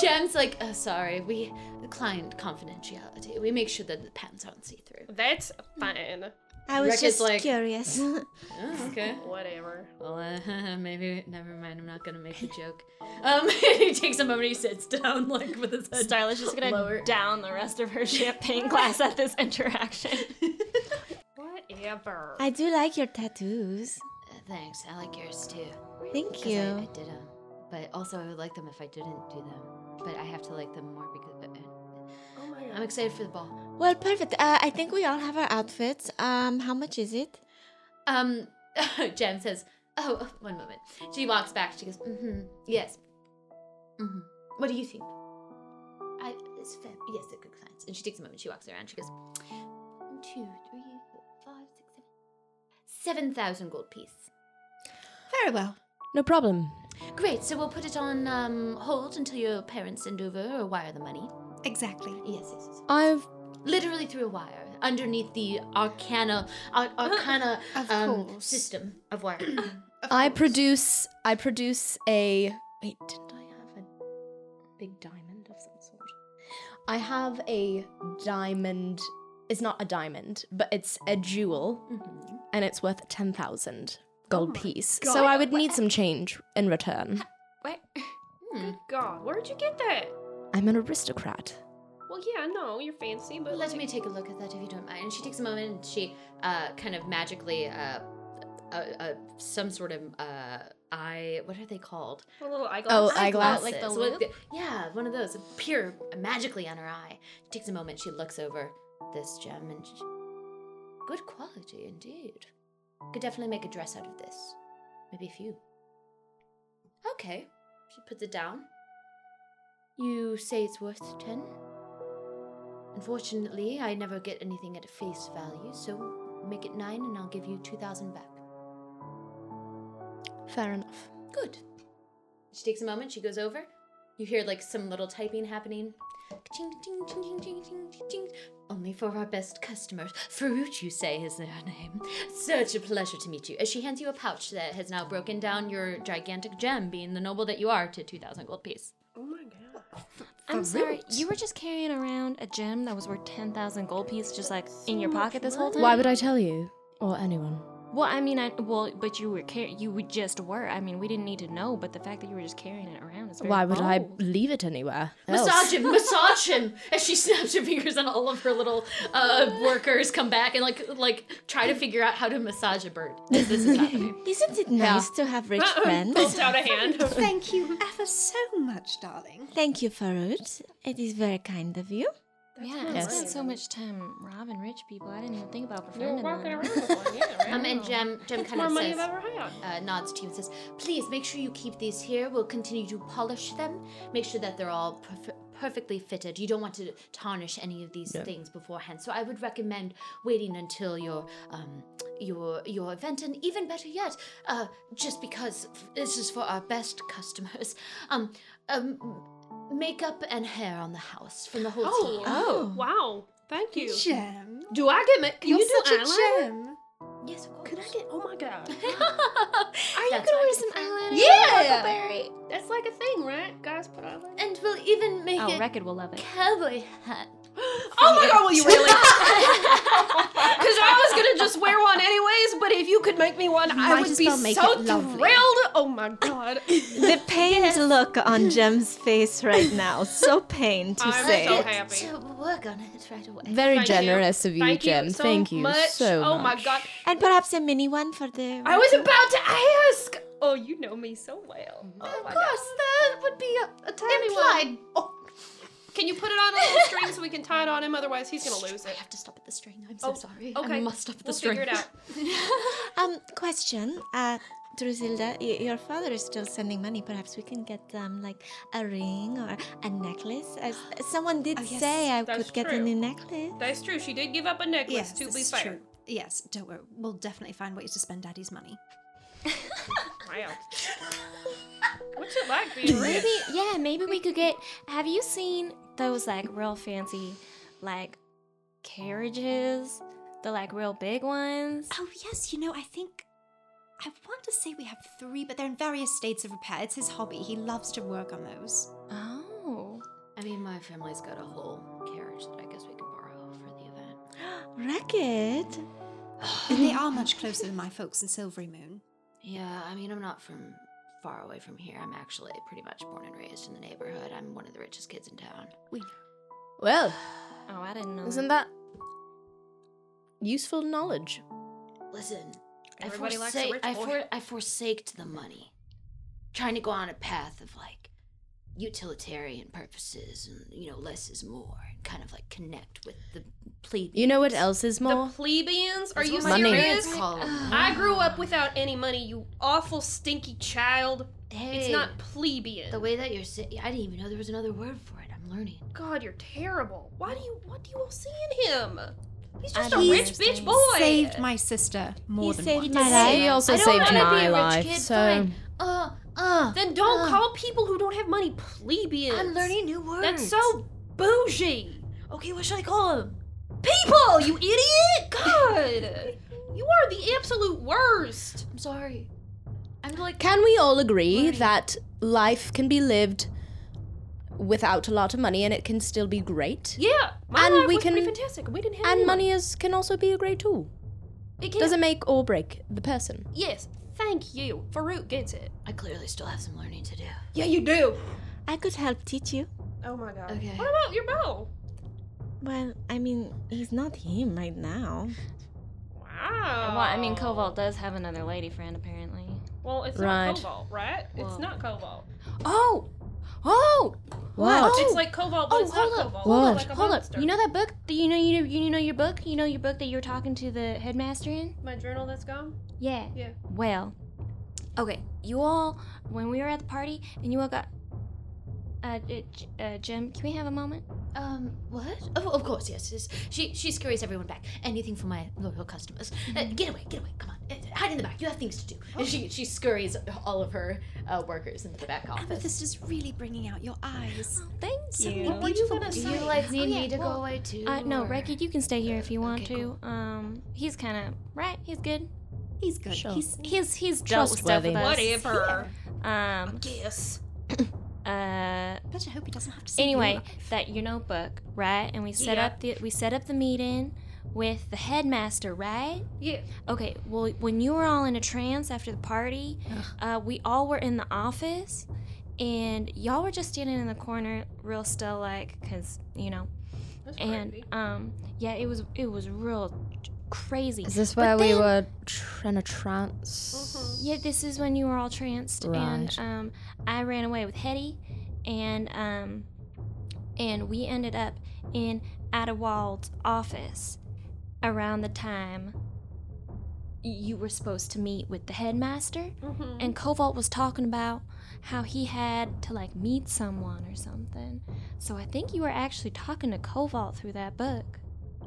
[SPEAKER 1] Jen's like, oh, sorry, we client confidentiality. We make sure that the pants aren't see through.
[SPEAKER 4] That's fine.
[SPEAKER 2] I was
[SPEAKER 1] Rick is
[SPEAKER 2] just
[SPEAKER 1] like-
[SPEAKER 2] curious.
[SPEAKER 1] okay.
[SPEAKER 4] Whatever.
[SPEAKER 1] Well, uh, maybe never mind. I'm not gonna make the joke. Um, he takes a moment. He sits down like with his head.
[SPEAKER 7] Stylish is gonna
[SPEAKER 1] Lower.
[SPEAKER 7] down the rest of her champagne glass at this interaction.
[SPEAKER 4] Whatever.
[SPEAKER 2] I do like your tattoos.
[SPEAKER 1] Uh, Thanks. I like yours too.
[SPEAKER 2] Thank
[SPEAKER 1] 'Cause I, I
[SPEAKER 2] you.
[SPEAKER 1] did them, but also I would like them if I didn't do them. But I have to like them more because uh,
[SPEAKER 4] Oh my
[SPEAKER 1] I'm excited for the ball.
[SPEAKER 2] Well, perfect. Uh, I think we all have our outfits. Um, how much is it?
[SPEAKER 1] Um, Jem says, "Oh, oh, one moment." She walks back. She goes, "Mm-hmm. Yes. Mm-hmm. What do you think?" I it's fair. Yes, a good clients. And she takes a moment. She walks around. She goes, "One, two, three, four, five, six, seven, seven thousand gold piece."
[SPEAKER 5] Very well.
[SPEAKER 6] No problem.
[SPEAKER 1] Great. So we'll put it on um, hold until your parents send over or wire the money.
[SPEAKER 5] Exactly.
[SPEAKER 1] Yes, yes, yes.
[SPEAKER 6] I've
[SPEAKER 1] literally through a wire underneath the arcana ar- arcana
[SPEAKER 5] Of
[SPEAKER 1] um,
[SPEAKER 5] course.
[SPEAKER 1] system of wire.
[SPEAKER 6] I produce I produce a wait, didn't I have a big diamond of some sort? I have a diamond it's not a diamond, but it's a jewel
[SPEAKER 1] Mm-hmm.
[SPEAKER 6] and it's worth ten thousand gold piece. So I would need some change in return.
[SPEAKER 7] Wait.
[SPEAKER 4] Good God, where'd you get that?
[SPEAKER 6] I'm an aristocrat.
[SPEAKER 4] Well, yeah, no, you're fancy, but
[SPEAKER 1] Let me take a look at that if you don't mind. And she takes a moment and she uh, kind of magically uh, uh, uh, some sort of uh, eye. What are they called?
[SPEAKER 4] a little eyeglass.
[SPEAKER 6] Oh, eyeglasses.
[SPEAKER 1] Like the yeah, one of those. Appear magically on her eye. She takes a moment. She looks over this gem and she, good quality indeed. Could definitely make a dress out of this. Maybe a few. Okay. She puts it down. You say it's worth ten. Unfortunately, I never get anything at face value, so make it nine, and I'll give you two thousand back.
[SPEAKER 6] Fair enough.
[SPEAKER 1] Good. She takes a moment, she goes over, You hear like some little typing happening. Ching, ching, ching, ching, ching, ching, ching, ching. Only for our best customers. Farouk, you say, is her name. Such a pleasure to meet you. As she hands you a pouch that has now broken down your gigantic gem, being the noble that you are, to 2,000 gold piece.
[SPEAKER 7] I'm sorry, you were just carrying around a gem that was worth 10,000 gold piece just like in your pocket this whole time?
[SPEAKER 6] Why would I tell you? Or anyone?
[SPEAKER 7] Well, I mean, I well, but you were car- you would just were. I mean, we didn't need to know, but the fact that you were just carrying it around is very
[SPEAKER 6] Why would I
[SPEAKER 7] bold.
[SPEAKER 6] leave it anywhere? else?
[SPEAKER 1] Massage him, massage him! As she snaps her fingers and all of her little uh, workers come back and like like try to figure out how to massage a bird. This is happening.
[SPEAKER 2] Isn't it nice to have rich friends?
[SPEAKER 4] Pulls out a hand.
[SPEAKER 5] Thank you ever so much, darling.
[SPEAKER 2] Thank you, Farouk. It is very kind of you.
[SPEAKER 7] Yeah, I spent so much time robbing rich people. I didn't even think about
[SPEAKER 4] You were
[SPEAKER 7] befriending
[SPEAKER 4] walking
[SPEAKER 7] them.
[SPEAKER 4] around with one, yeah, right?
[SPEAKER 1] Um, and Jem Jem kind
[SPEAKER 4] More
[SPEAKER 1] of
[SPEAKER 4] money
[SPEAKER 1] says,
[SPEAKER 4] you've ever had.
[SPEAKER 1] uh, nods to you and says, "Please make sure you keep these here. We'll continue to polish them. Make sure that they're all perf- perfectly fitted. You don't want to tarnish any of these things beforehand. So I would recommend waiting until your um, your your event, and even better yet, uh, just because f- this is for our best customers. Um, um, makeup and hair on the house from the whole
[SPEAKER 4] Oh,
[SPEAKER 1] team.
[SPEAKER 2] Oh.
[SPEAKER 4] wow. Thank you.
[SPEAKER 5] Gem.
[SPEAKER 4] Do I get ma- can
[SPEAKER 5] You're
[SPEAKER 4] you do
[SPEAKER 5] such
[SPEAKER 4] eyeliner?
[SPEAKER 5] a gem.
[SPEAKER 1] Yes, of course.
[SPEAKER 4] Could I get oh my god.
[SPEAKER 1] Are
[SPEAKER 7] You could wear some eyeliner.
[SPEAKER 5] Yeah.
[SPEAKER 4] That's like a thing, right? Guys put eyeliner.
[SPEAKER 1] And we'll even make
[SPEAKER 7] Oh,
[SPEAKER 1] it
[SPEAKER 7] Record will love it.
[SPEAKER 1] cowboy hat.
[SPEAKER 4] Oh my god, will you really? Cause I was gonna just wear one anyways, but if you could make me one, I
[SPEAKER 5] might
[SPEAKER 4] would
[SPEAKER 5] as
[SPEAKER 4] be
[SPEAKER 5] well make
[SPEAKER 4] so
[SPEAKER 5] it lovely.
[SPEAKER 4] thrilled. Oh my god.
[SPEAKER 2] The pained look on Jem's face right now. So pained to
[SPEAKER 4] I'm
[SPEAKER 2] say.
[SPEAKER 4] so
[SPEAKER 2] it.
[SPEAKER 4] happy.
[SPEAKER 1] To work on it right away.
[SPEAKER 6] Very
[SPEAKER 4] Thank you.
[SPEAKER 6] generous of you,
[SPEAKER 4] Thank
[SPEAKER 6] Jem.
[SPEAKER 4] you so
[SPEAKER 6] Thank you
[SPEAKER 4] much.
[SPEAKER 6] so much.
[SPEAKER 4] Oh my god.
[SPEAKER 2] And perhaps a mini one for the.
[SPEAKER 4] I was about to ask. Oh, you know me so well.
[SPEAKER 1] Mm-hmm.
[SPEAKER 4] Oh my god.
[SPEAKER 1] that would be a, tiny one.
[SPEAKER 4] Can you put it on a little string so we can tie it on him? Otherwise, he's gonna lose
[SPEAKER 1] I
[SPEAKER 4] it.
[SPEAKER 1] have to stop at the string. I'm so
[SPEAKER 4] Oh,
[SPEAKER 1] sorry.
[SPEAKER 4] okay.
[SPEAKER 1] I must stop at the
[SPEAKER 4] We'll
[SPEAKER 1] string.
[SPEAKER 4] figure it out.
[SPEAKER 2] Um, question. Uh, Drusilda, y- your father is still sending money. Perhaps we can get um like a ring or a necklace. As someone did
[SPEAKER 5] yes,
[SPEAKER 2] say, I
[SPEAKER 4] that's
[SPEAKER 2] could get a
[SPEAKER 4] true.
[SPEAKER 2] new necklace.
[SPEAKER 4] That's true. She did give up a necklace
[SPEAKER 5] Yes,
[SPEAKER 4] to be
[SPEAKER 5] it's
[SPEAKER 4] fair.
[SPEAKER 5] true. Yes, don't worry. We'll definitely find ways to spend Daddy's money.
[SPEAKER 4] Wow. What's it like being rich?
[SPEAKER 7] Maybe, yeah, maybe we could get. Have you seen those like real fancy, like carriages? The like real big ones.
[SPEAKER 5] Oh yes, you know I think I want to say we have three, but they're in various states of repair. It's his hobby. He loves to work on those.
[SPEAKER 7] Oh,
[SPEAKER 1] I mean, my family's got a whole carriage that I guess we could borrow for the event.
[SPEAKER 2] Racket.
[SPEAKER 5] And they are much closer than my folks in Silvery Moon.
[SPEAKER 1] Yeah, I mean, I'm not from far away from here. I'm actually pretty much born and raised in the neighborhood. I'm one of the richest kids in town.
[SPEAKER 6] Well,
[SPEAKER 7] oh, I didn't know.
[SPEAKER 6] isn't that useful knowledge?
[SPEAKER 1] Listen,
[SPEAKER 4] Everybody
[SPEAKER 1] I,
[SPEAKER 4] likes a
[SPEAKER 1] forsake,
[SPEAKER 4] rich
[SPEAKER 1] I,
[SPEAKER 4] boy.
[SPEAKER 1] for- I forsaked the money, trying to go on a path of like utilitarian purposes and you know less is more and kind of like connect with the plebe.
[SPEAKER 6] You know what else is
[SPEAKER 4] The
[SPEAKER 6] more?
[SPEAKER 4] plebeians? Are you
[SPEAKER 1] That's what my
[SPEAKER 4] serious?
[SPEAKER 1] parents call 'em.
[SPEAKER 4] I grew up without any money, you awful stinky child.
[SPEAKER 1] Hey,
[SPEAKER 4] It's not plebeian.
[SPEAKER 1] the way that you're saying. I didn't even know there was another word for it. I'm learning.
[SPEAKER 4] God, you're terrible. Why do you what do you all see in him? He's
[SPEAKER 7] I
[SPEAKER 4] just a
[SPEAKER 7] don't
[SPEAKER 4] rich
[SPEAKER 7] understand.
[SPEAKER 4] bitch boy.
[SPEAKER 5] Saved my sister more
[SPEAKER 2] he
[SPEAKER 5] than
[SPEAKER 2] saved
[SPEAKER 5] once.
[SPEAKER 2] my life.
[SPEAKER 6] He also
[SPEAKER 1] I don't
[SPEAKER 6] saved
[SPEAKER 1] wanna
[SPEAKER 6] my
[SPEAKER 1] be a rich
[SPEAKER 6] life,
[SPEAKER 1] kid,
[SPEAKER 6] so
[SPEAKER 1] fine. Uh, uh.
[SPEAKER 4] Then don't
[SPEAKER 1] uh,
[SPEAKER 4] call people who don't have money plebeians.
[SPEAKER 1] I'm learning new words.
[SPEAKER 4] That's so bougie.
[SPEAKER 1] Okay, what should I call him?
[SPEAKER 4] People, you idiot! God! you are the absolute worst!
[SPEAKER 1] I'm sorry. I'm like.
[SPEAKER 6] can we all agree that life can be lived without a lot of money and it can still be great?
[SPEAKER 4] Yeah, my
[SPEAKER 6] And
[SPEAKER 4] life
[SPEAKER 6] we
[SPEAKER 4] was pretty
[SPEAKER 6] can-
[SPEAKER 4] fantastic. We didn't have any
[SPEAKER 6] And money is can also be a great tool.
[SPEAKER 4] It can,
[SPEAKER 6] Doesn't make or break the person.
[SPEAKER 4] Yes, thank you. Farouk gets it.
[SPEAKER 1] I clearly still have some learning to do.
[SPEAKER 4] Yeah, you do.
[SPEAKER 2] I could help teach you.
[SPEAKER 4] Oh my god.
[SPEAKER 1] Okay.
[SPEAKER 4] What about your bow?
[SPEAKER 2] Well, I mean, he's not him right now.
[SPEAKER 4] Wow.
[SPEAKER 7] Well, I mean, Cobalt does have another lady friend apparently.
[SPEAKER 4] Well, it's
[SPEAKER 6] Right.
[SPEAKER 4] not cobalt, right? It's
[SPEAKER 7] Well-
[SPEAKER 4] not cobalt.
[SPEAKER 6] Oh! Oh! What?
[SPEAKER 4] It's like cobalt, but
[SPEAKER 7] Oh,
[SPEAKER 4] it's not
[SPEAKER 7] hold up,
[SPEAKER 4] cobalt.
[SPEAKER 6] hold
[SPEAKER 4] It's
[SPEAKER 6] up,
[SPEAKER 4] like a
[SPEAKER 7] Hold up,
[SPEAKER 4] monster.
[SPEAKER 7] you know that book? that You know you you know your book? You know your book that you were talking to the headmaster in?
[SPEAKER 4] my journal that's gone?
[SPEAKER 7] Yeah.
[SPEAKER 4] Yeah.
[SPEAKER 7] Well, okay. You all, when we were at the party, and you all got. Uh, uh, J- uh, Jim, can we have a moment?
[SPEAKER 1] Um, what? Oh, of course, yes. yes. She she scurries everyone back. Anything for my loyal customers. Uh, get away, get away, come on. Uh, hide in the back. You have things to do." And she she scurries all of her uh, workers into the back office.
[SPEAKER 5] Amethyst is really bringing out your eyes.
[SPEAKER 7] Thank you.
[SPEAKER 1] What are you gonna do? You like need me to go away too?
[SPEAKER 7] Uh, no,
[SPEAKER 1] or-
[SPEAKER 7] Reggie, you can stay here if you want
[SPEAKER 5] Okay,
[SPEAKER 7] to. Um, he's kind of right. He's good.
[SPEAKER 5] He's good.
[SPEAKER 6] Sure.
[SPEAKER 5] He's
[SPEAKER 7] He's he's dealt with stuff with us.
[SPEAKER 4] Whatever.
[SPEAKER 7] Um,
[SPEAKER 4] Yes.
[SPEAKER 7] uh,
[SPEAKER 5] but I hope he doesn't have to see
[SPEAKER 7] anyway, that your notebook, right? And we set
[SPEAKER 4] Yeah.
[SPEAKER 7] up the we set up the meeting with the headmaster, right?
[SPEAKER 4] Yeah.
[SPEAKER 7] Okay. Well, when you were all in a trance after the party, uh, we all were in the office, and y'all were just standing in the corner, real still, like, cause you know,
[SPEAKER 4] That's
[SPEAKER 7] and
[SPEAKER 4] creepy.
[SPEAKER 7] um, yeah, it was it was real crazy.
[SPEAKER 6] Is this where
[SPEAKER 7] But
[SPEAKER 6] we
[SPEAKER 7] then-
[SPEAKER 6] were tr- in a trance?
[SPEAKER 7] Yeah, this is when you were all tranced, and
[SPEAKER 6] Right.
[SPEAKER 7] um, I ran away with Hetty, and um, and we ended up in Adewald's office around the time you were supposed to meet with the headmaster,
[SPEAKER 4] Mhm.
[SPEAKER 7] and Cobalt was talking about how he had to like meet someone or something. So I think you were actually talking to Cobalt through that book.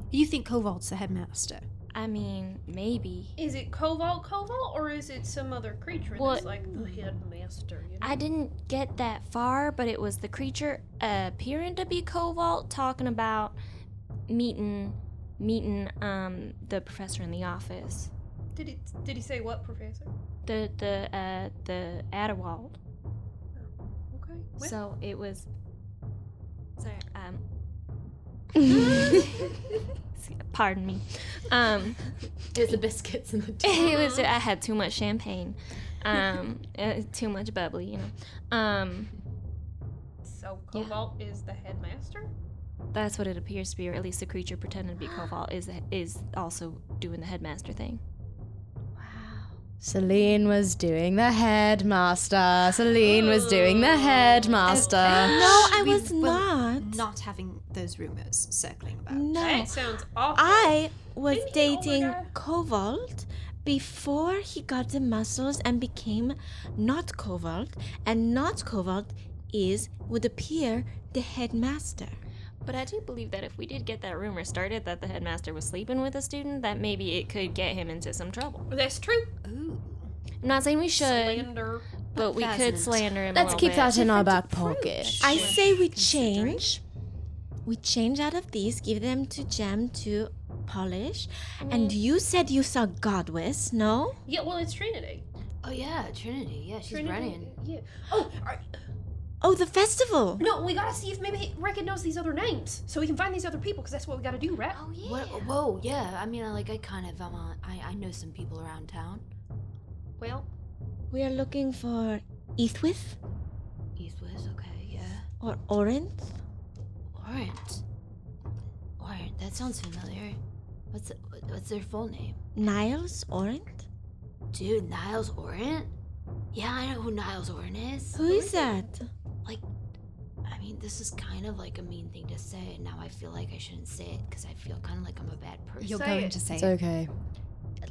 [SPEAKER 5] You think Kovalt's the headmaster?
[SPEAKER 7] I mean, maybe.
[SPEAKER 4] Is it Koval Koval or is it some other creature
[SPEAKER 7] Well-
[SPEAKER 4] that's like the headmaster? You know?
[SPEAKER 7] I didn't get that far, but it was the creature appearing to be Cobalt talking about meeting meeting um the professor in the office.
[SPEAKER 4] did he did he say what professor?
[SPEAKER 7] The the uh the Adderwald.
[SPEAKER 4] Okay. Well,
[SPEAKER 7] So it was Sorry, um pardon me. Um
[SPEAKER 1] There's the biscuits and the tea.
[SPEAKER 7] it was I had too much champagne. Um uh, too much bubbly, you know. Um
[SPEAKER 4] so
[SPEAKER 7] yeah.
[SPEAKER 4] Koval is the headmaster.
[SPEAKER 7] That's what it appears to be, or at least the creature pretending to be Koval is is also doing the headmaster thing.
[SPEAKER 6] Celine was doing the headmaster. Celine was doing the headmaster.
[SPEAKER 2] No, I
[SPEAKER 5] We
[SPEAKER 2] was
[SPEAKER 5] will
[SPEAKER 2] not.
[SPEAKER 5] Not having those rumors circling about.
[SPEAKER 2] No.
[SPEAKER 4] That sounds awful.
[SPEAKER 2] I was
[SPEAKER 4] Didn't he
[SPEAKER 2] dating
[SPEAKER 4] order-
[SPEAKER 2] Kovold before he got the muscles and became not Kovold, and not Kovold is would appear the headmaster.
[SPEAKER 7] But I do believe that if we did get that rumor started that the headmaster was sleeping with a student, that maybe it could get him into some trouble.
[SPEAKER 4] That's true.
[SPEAKER 5] Ooh.
[SPEAKER 7] I'm not saying we should,
[SPEAKER 4] Slander.
[SPEAKER 7] but we could
[SPEAKER 5] Pheasant.
[SPEAKER 7] slander him. a
[SPEAKER 6] Let's
[SPEAKER 7] little
[SPEAKER 6] keep
[SPEAKER 7] bit.
[SPEAKER 6] that in our back pocket.
[SPEAKER 2] I
[SPEAKER 5] Sure.
[SPEAKER 2] say we
[SPEAKER 5] Considering-
[SPEAKER 2] change. We change out of these, give them to Gem to polish. And you said you saw Godwis, no?
[SPEAKER 4] Yeah. Well, it's Trinity.
[SPEAKER 1] Oh yeah, Trinity. Yeah, she's
[SPEAKER 4] Trinity.
[SPEAKER 1] running.
[SPEAKER 4] Yeah. Oh, are,
[SPEAKER 2] Oh, the festival.
[SPEAKER 4] no. We gotta see if maybe Reckon knows these other names, so we can find these other people, because that's what we gotta do, right?
[SPEAKER 7] Oh yeah.
[SPEAKER 1] What? Whoa, yeah. I mean, I like I kind of um, uh, I I know some people around town.
[SPEAKER 4] Well,
[SPEAKER 2] We are looking for Ethwith
[SPEAKER 1] East West, okay, yeah.
[SPEAKER 2] or Orinth.
[SPEAKER 1] Orant. Orant. That sounds familiar. What's what's their full name?
[SPEAKER 2] Niles Orinth?
[SPEAKER 1] Dude, Niles Orant. Yeah, I know who Niles Orant is.
[SPEAKER 2] Who is that?
[SPEAKER 1] I mean, this is kind of like a mean thing to say, and now I feel like I shouldn't say it because I feel kind of like I'm a bad person.
[SPEAKER 5] You're
[SPEAKER 4] Say
[SPEAKER 5] going
[SPEAKER 4] it.
[SPEAKER 5] to say
[SPEAKER 6] It's
[SPEAKER 5] it.
[SPEAKER 6] okay.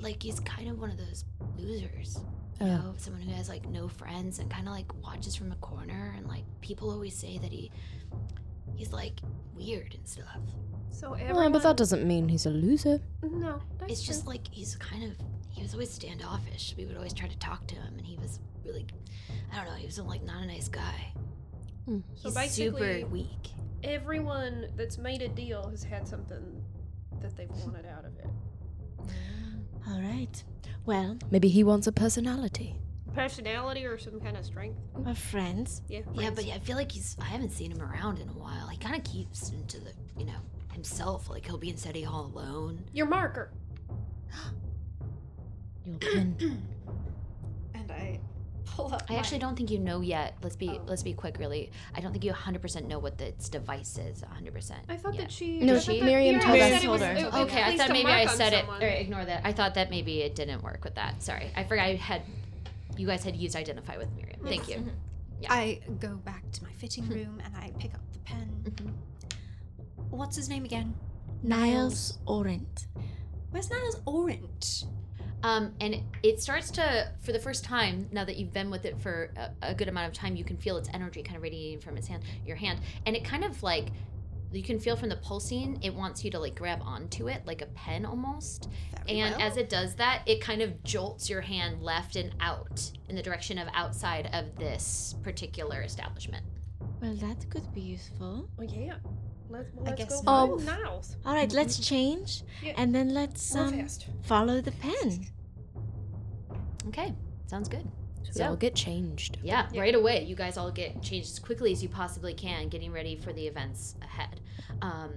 [SPEAKER 1] Like he's kind of one of those losers. You
[SPEAKER 6] Oh.
[SPEAKER 1] know, someone who has like no friends and kind of like watches from a corner, and like people always say that he, he's like weird and stuff.
[SPEAKER 4] so
[SPEAKER 6] No,
[SPEAKER 4] everyone.
[SPEAKER 6] but that doesn't mean he's a loser.
[SPEAKER 4] No. That's
[SPEAKER 1] It's
[SPEAKER 4] true.
[SPEAKER 1] just like he's kind of he was always standoffish. We would always try to talk to him, and he was really, I don't know, he was like not a nice guy.
[SPEAKER 6] Hmm.
[SPEAKER 4] So
[SPEAKER 1] He's
[SPEAKER 4] basically-
[SPEAKER 1] super weak.
[SPEAKER 4] everyone that's made a deal has had something that they've wanted out of it.
[SPEAKER 2] All right. Well,
[SPEAKER 6] Maybe he wants a personality.
[SPEAKER 4] Personality or some kind of strength.
[SPEAKER 2] we're friends.
[SPEAKER 4] Yeah.
[SPEAKER 1] Yeah,
[SPEAKER 4] friends.
[SPEAKER 1] but I feel like he's. I haven't seen him around in a while. He kind of keeps into the, you know, himself. Like he'll be in study hall alone.
[SPEAKER 4] Your marker.
[SPEAKER 6] Your pin.
[SPEAKER 5] And I pull up.
[SPEAKER 1] I actually don't think you know yet. Let's be
[SPEAKER 5] Oh.
[SPEAKER 1] let's be quick, really. I don't think you 100% know what its device is. 100%.
[SPEAKER 4] I thought
[SPEAKER 1] Yeah.
[SPEAKER 4] that she.
[SPEAKER 6] No,
[SPEAKER 4] I thought
[SPEAKER 1] she-
[SPEAKER 4] that-
[SPEAKER 6] Miriam
[SPEAKER 4] yeah,
[SPEAKER 6] told
[SPEAKER 4] she
[SPEAKER 6] us.
[SPEAKER 4] said it was-
[SPEAKER 6] Told her.
[SPEAKER 4] it was at
[SPEAKER 1] Okay, I
[SPEAKER 4] least
[SPEAKER 1] thought
[SPEAKER 4] a
[SPEAKER 1] maybe
[SPEAKER 4] mark
[SPEAKER 1] I
[SPEAKER 4] on
[SPEAKER 1] said it.
[SPEAKER 4] someone.
[SPEAKER 1] Or ignore that. I thought that maybe it didn't work with that. Sorry, I forgot. I had you guys had used identify with Miriam. Thank you.
[SPEAKER 4] Mm-hmm.
[SPEAKER 5] I go back to my
[SPEAKER 2] Hmm.
[SPEAKER 5] fitting room and I pick up the pen. What's his name again?
[SPEAKER 2] Mm-hmm. Niles Orinth.
[SPEAKER 5] Where's Niles Orant?
[SPEAKER 1] Um, and it starts to, for the first time, now that you've been with it for a, a good amount of time, you can feel its energy kind of radiating from its hand, your hand, and it kind of like, you can feel from the pulsing it wants you to like grab onto it like a pen almost and as it does that it kind of jolts your hand left and out in the direction of outside of this particular establishment
[SPEAKER 2] Well, that could be useful.
[SPEAKER 4] Oh yeah. Let's, let's
[SPEAKER 5] guess
[SPEAKER 4] go
[SPEAKER 6] not.
[SPEAKER 4] find Niles.
[SPEAKER 2] All right, let's change,
[SPEAKER 4] Yeah.
[SPEAKER 2] and then let's
[SPEAKER 4] Real
[SPEAKER 2] um,
[SPEAKER 4] fast.
[SPEAKER 2] follow the pen.
[SPEAKER 1] okay sounds good
[SPEAKER 6] So
[SPEAKER 1] so
[SPEAKER 6] get changed.
[SPEAKER 1] yeah, right away you guys all get changed as quickly as you possibly can getting ready for the events ahead um,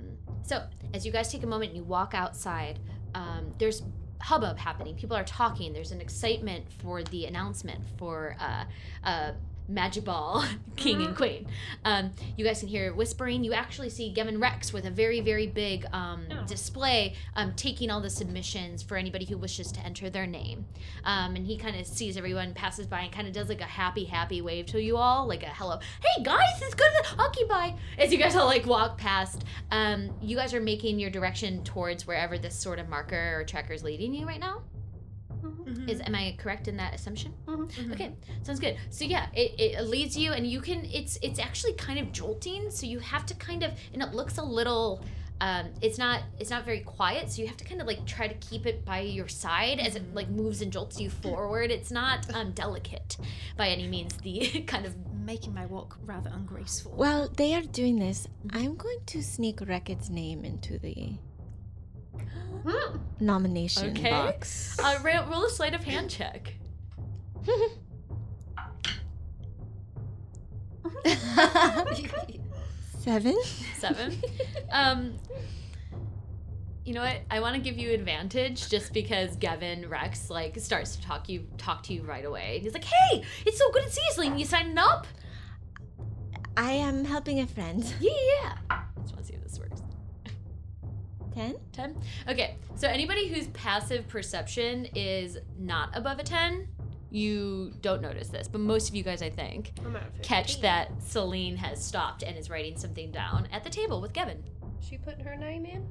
[SPEAKER 1] so as you guys take a moment and you walk outside um, there's hubbub happening people are talking there's an excitement for the announcement for uh, uh, Magic Ball, King and Queen. Um, you guys can hear whispering. You actually see Gemmon Rex with a very, very big um, display um, taking all the submissions for anybody who wishes to enter their name. Um, and he kind of sees everyone, passes by, and kind of does like a happy, happy wave to you all, like a hello. Hey guys, it's good to occupy. As you guys all like walk past, um, you guys are making your direction towards wherever this sort of marker or tracker is leading you right now. Is am I correct in that assumption?
[SPEAKER 4] Mm-hmm.
[SPEAKER 1] Okay, sounds good. So yeah, it, it leads you, and you can. It's it's actually kind of jolting, so you have to kind of, and it looks a little. Um, it's not it's not very quiet, so you have to kind of like try to keep it by your side as it like moves and jolts you forward. It's not um, delicate by any means. The kind of
[SPEAKER 5] Making my walk rather ungraceful.
[SPEAKER 2] While they are doing this, I'm going to sneak Reckitt's name into the
[SPEAKER 4] Mm-hmm.
[SPEAKER 2] nomination
[SPEAKER 1] Okay.
[SPEAKER 2] box.
[SPEAKER 1] uh, ra- roll a sleight of hand check.
[SPEAKER 2] Seven.
[SPEAKER 1] Seven. Um, you know what? I want to give you advantage just because Gavin Rex like starts to talk you talk to you right away. And he's like, "Hey, it's so good to see you, Celine. You signing up?
[SPEAKER 2] I am helping a friend.
[SPEAKER 1] Yeah, yeah." yeah." Just want to see if this works.
[SPEAKER 2] Ten.
[SPEAKER 1] Ten. Okay. So anybody whose passive perception is not above a ten, you don't notice this. But most of you guys, I think,
[SPEAKER 4] I'm out of here.
[SPEAKER 1] catch that Celine has stopped and is writing something down at the table with Gavin.
[SPEAKER 4] She putting her name in?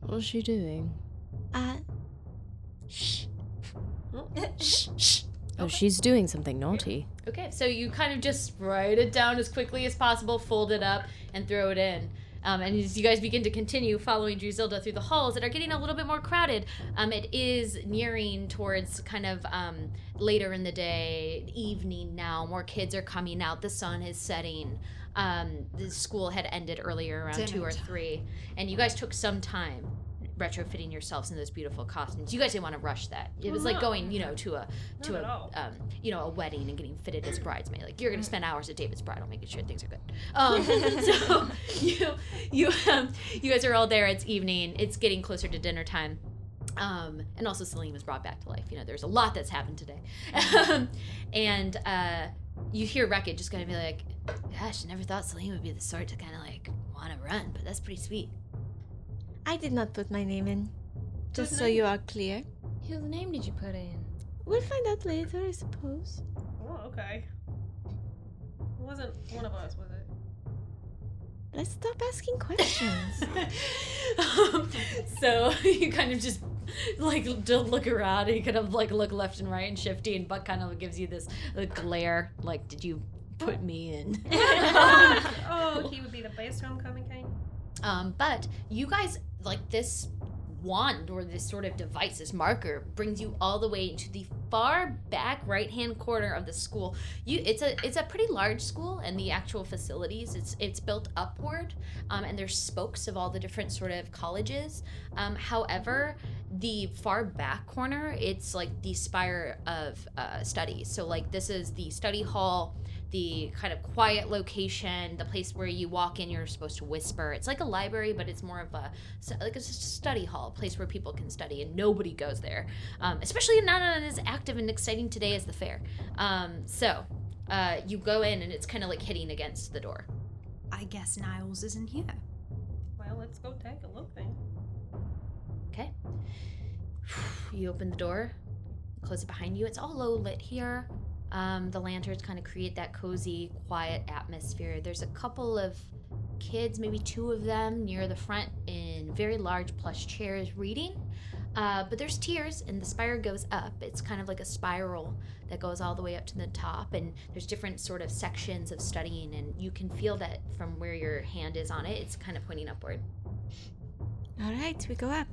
[SPEAKER 6] What is she doing?
[SPEAKER 2] Uh,
[SPEAKER 6] Oh, she's doing something naughty.
[SPEAKER 1] Okay, so you kind of just write it down as quickly as possible, fold it up, and throw it in. Um, and as you guys begin to continue following Drusilla through the halls that are getting a little bit more crowded, um, it is nearing towards kind of um, later in the day, evening now. More kids are coming out. The sun is setting. Um, the school had ended earlier around
[SPEAKER 5] Dinner
[SPEAKER 1] two or three, and you guys took some time retrofitting yourselves in those beautiful costumes. You guys didn't want to rush that. It was like going, you know, to a to
[SPEAKER 4] Not at
[SPEAKER 1] a
[SPEAKER 4] all. Mm.
[SPEAKER 1] um, you know, a wedding and getting fitted as bridesmaid. Like you're gonna spend hours at David's bridal making sure things are good. Um, so you you um, you guys are all there. It's evening. It's getting closer to dinner time. Um, and also Celine was brought back to life. You know, there's a lot that's happened today. Um, and uh, you hear Wreckage just kind of be like, "Gosh, I never thought Celine would be the sort to kind of like want to run, but that's pretty sweet."
[SPEAKER 2] I did not put my name in. Just so you are clear.
[SPEAKER 7] Whose name did you put in?
[SPEAKER 2] We'll find out later, I suppose.
[SPEAKER 4] Oh, okay. It wasn't one of us, was it?
[SPEAKER 2] Let's stop asking questions.
[SPEAKER 1] um, so you kind of just like to look around and you kind of like look left and right and shifty and Buck kind of gives you this like, glare like did you put me in
[SPEAKER 4] Oh, he would be the best homecoming king.
[SPEAKER 1] um, but you guys like this wand or this sort of device this marker brings you all the way into the far back right hand corner of the school you it's a it's a pretty large school and the actual facilities it's it's built upward um, and there's spokes of all the different sort of colleges um, however the far back corner it's like the spire of uh, studies so like this is the study hall the kind of quiet location the place where you walk in you're supposed to whisper it's like a library but it's more of a so, like it's just a study hall, a place where people can study, and nobody goes there, um, especially not on as active and exciting today as the fair. Um, so uh, you go in, and it's kind of like hitting against the door.
[SPEAKER 5] I guess Niles isn't here.
[SPEAKER 4] Well, let's go take a look then.
[SPEAKER 1] Okay. You open the door, close it behind you. It's all low lit here. Um, the lanterns kind of create that cozy, quiet atmosphere. There's a couple of kids, maybe two of them, near the front in very large plush chairs reading. Uh, but there's tiers, and the spire goes up. It's kind of like a spiral that goes all the way up to the top, and there's different sort of sections of studying, and you can feel that from where your hand is on it. It's kind of pointing upward.
[SPEAKER 2] All right, we go up.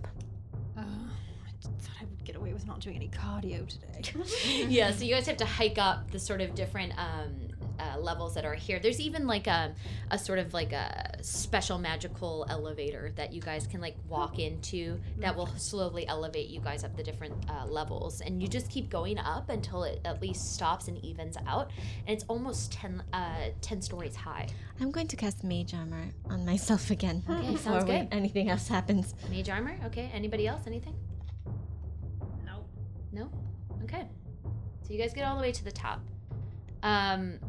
[SPEAKER 2] Uh.
[SPEAKER 5] Oh, I d- thought I would get away with not doing any cardio today.
[SPEAKER 1] yeah, so you guys have to hike up the sort of different um, uh, levels that are here. There's even like a, a sort of like a special magical elevator that you guys can like walk into that will slowly elevate you guys up the different uh, levels. And you just keep going up until it at least stops and evens out. And it's almost 10, uh, 10 stories high.
[SPEAKER 2] I'm going to cast Mage Armor on myself again
[SPEAKER 1] Okay,
[SPEAKER 2] before
[SPEAKER 1] sounds
[SPEAKER 2] we-
[SPEAKER 1] good.
[SPEAKER 2] anything else happens.
[SPEAKER 1] Mage armor? Okay. Anybody else? Anything? No. No? Okay. So you guys get all the way to the top. Um,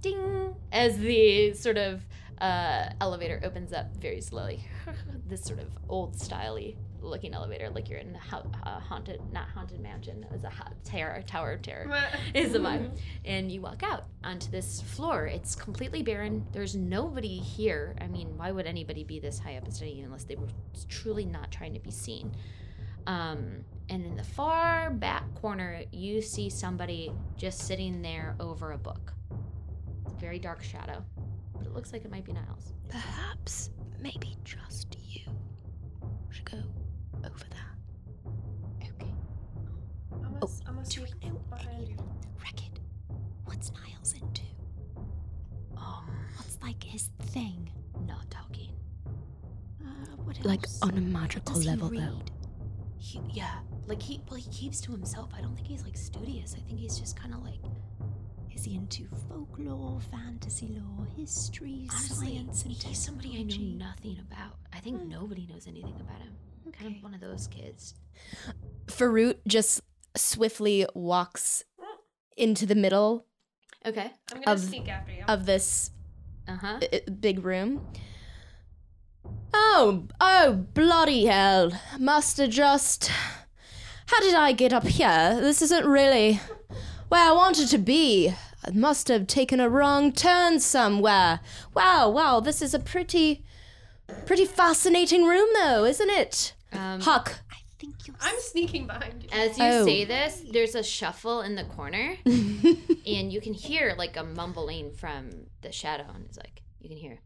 [SPEAKER 1] ding! As the sort of uh, elevator opens up very slowly. this sort of old styley looking elevator, like you're in a hau- uh, haunted, not haunted mansion. It was a ha- terror, tower of terror is the vibe. And you walk out onto this floor. It's completely barren. There's nobody here. I mean, why would anybody be this high up in studying unless they were truly not trying to be seen? Um, and in the far back corner, you see somebody just sitting there over a book. It's a very dark shadow. But it looks like it might be Niles.
[SPEAKER 6] Perhaps, maybe just you should go over there.
[SPEAKER 4] I'm gonna, I'm gonna
[SPEAKER 1] Oh,
[SPEAKER 4] sneak behind you.
[SPEAKER 6] Wreck it. What's Niles into?
[SPEAKER 1] Um,
[SPEAKER 6] What's like his thing?
[SPEAKER 1] not talking.
[SPEAKER 6] Uh, what else? Like on a magical level, though.
[SPEAKER 1] He, yeah, like he, well, he keeps to himself. I don't think he's like studious. I think he's just kind of like
[SPEAKER 6] Is he into folklore, fantasy lore, history,
[SPEAKER 1] Honestly,
[SPEAKER 6] science, and
[SPEAKER 1] he's Hmm. somebody I
[SPEAKER 6] technology?
[SPEAKER 1] knew nothing about. I think nobody knows anything about him. Kind of one of those kids.
[SPEAKER 6] Farut just swiftly walks into the middle
[SPEAKER 1] Okay.
[SPEAKER 4] I'm gonna
[SPEAKER 6] Of-
[SPEAKER 4] sneak after you.
[SPEAKER 6] of this
[SPEAKER 1] Uh huh.
[SPEAKER 6] uh, big room. Oh, oh, bloody hell. Master just. How did I get up here? This isn't really where I wanted to be. I must have taken a wrong turn somewhere. Wow, wow, this is a pretty. pretty fascinating room, though, isn't it?
[SPEAKER 1] Um,
[SPEAKER 6] Huck.
[SPEAKER 4] I'm sneaking behind you.
[SPEAKER 1] as you
[SPEAKER 6] Oh.
[SPEAKER 1] say this, there's a shuffle in the corner, and you can hear like a mumbling from the shadow, and it's like you can hear,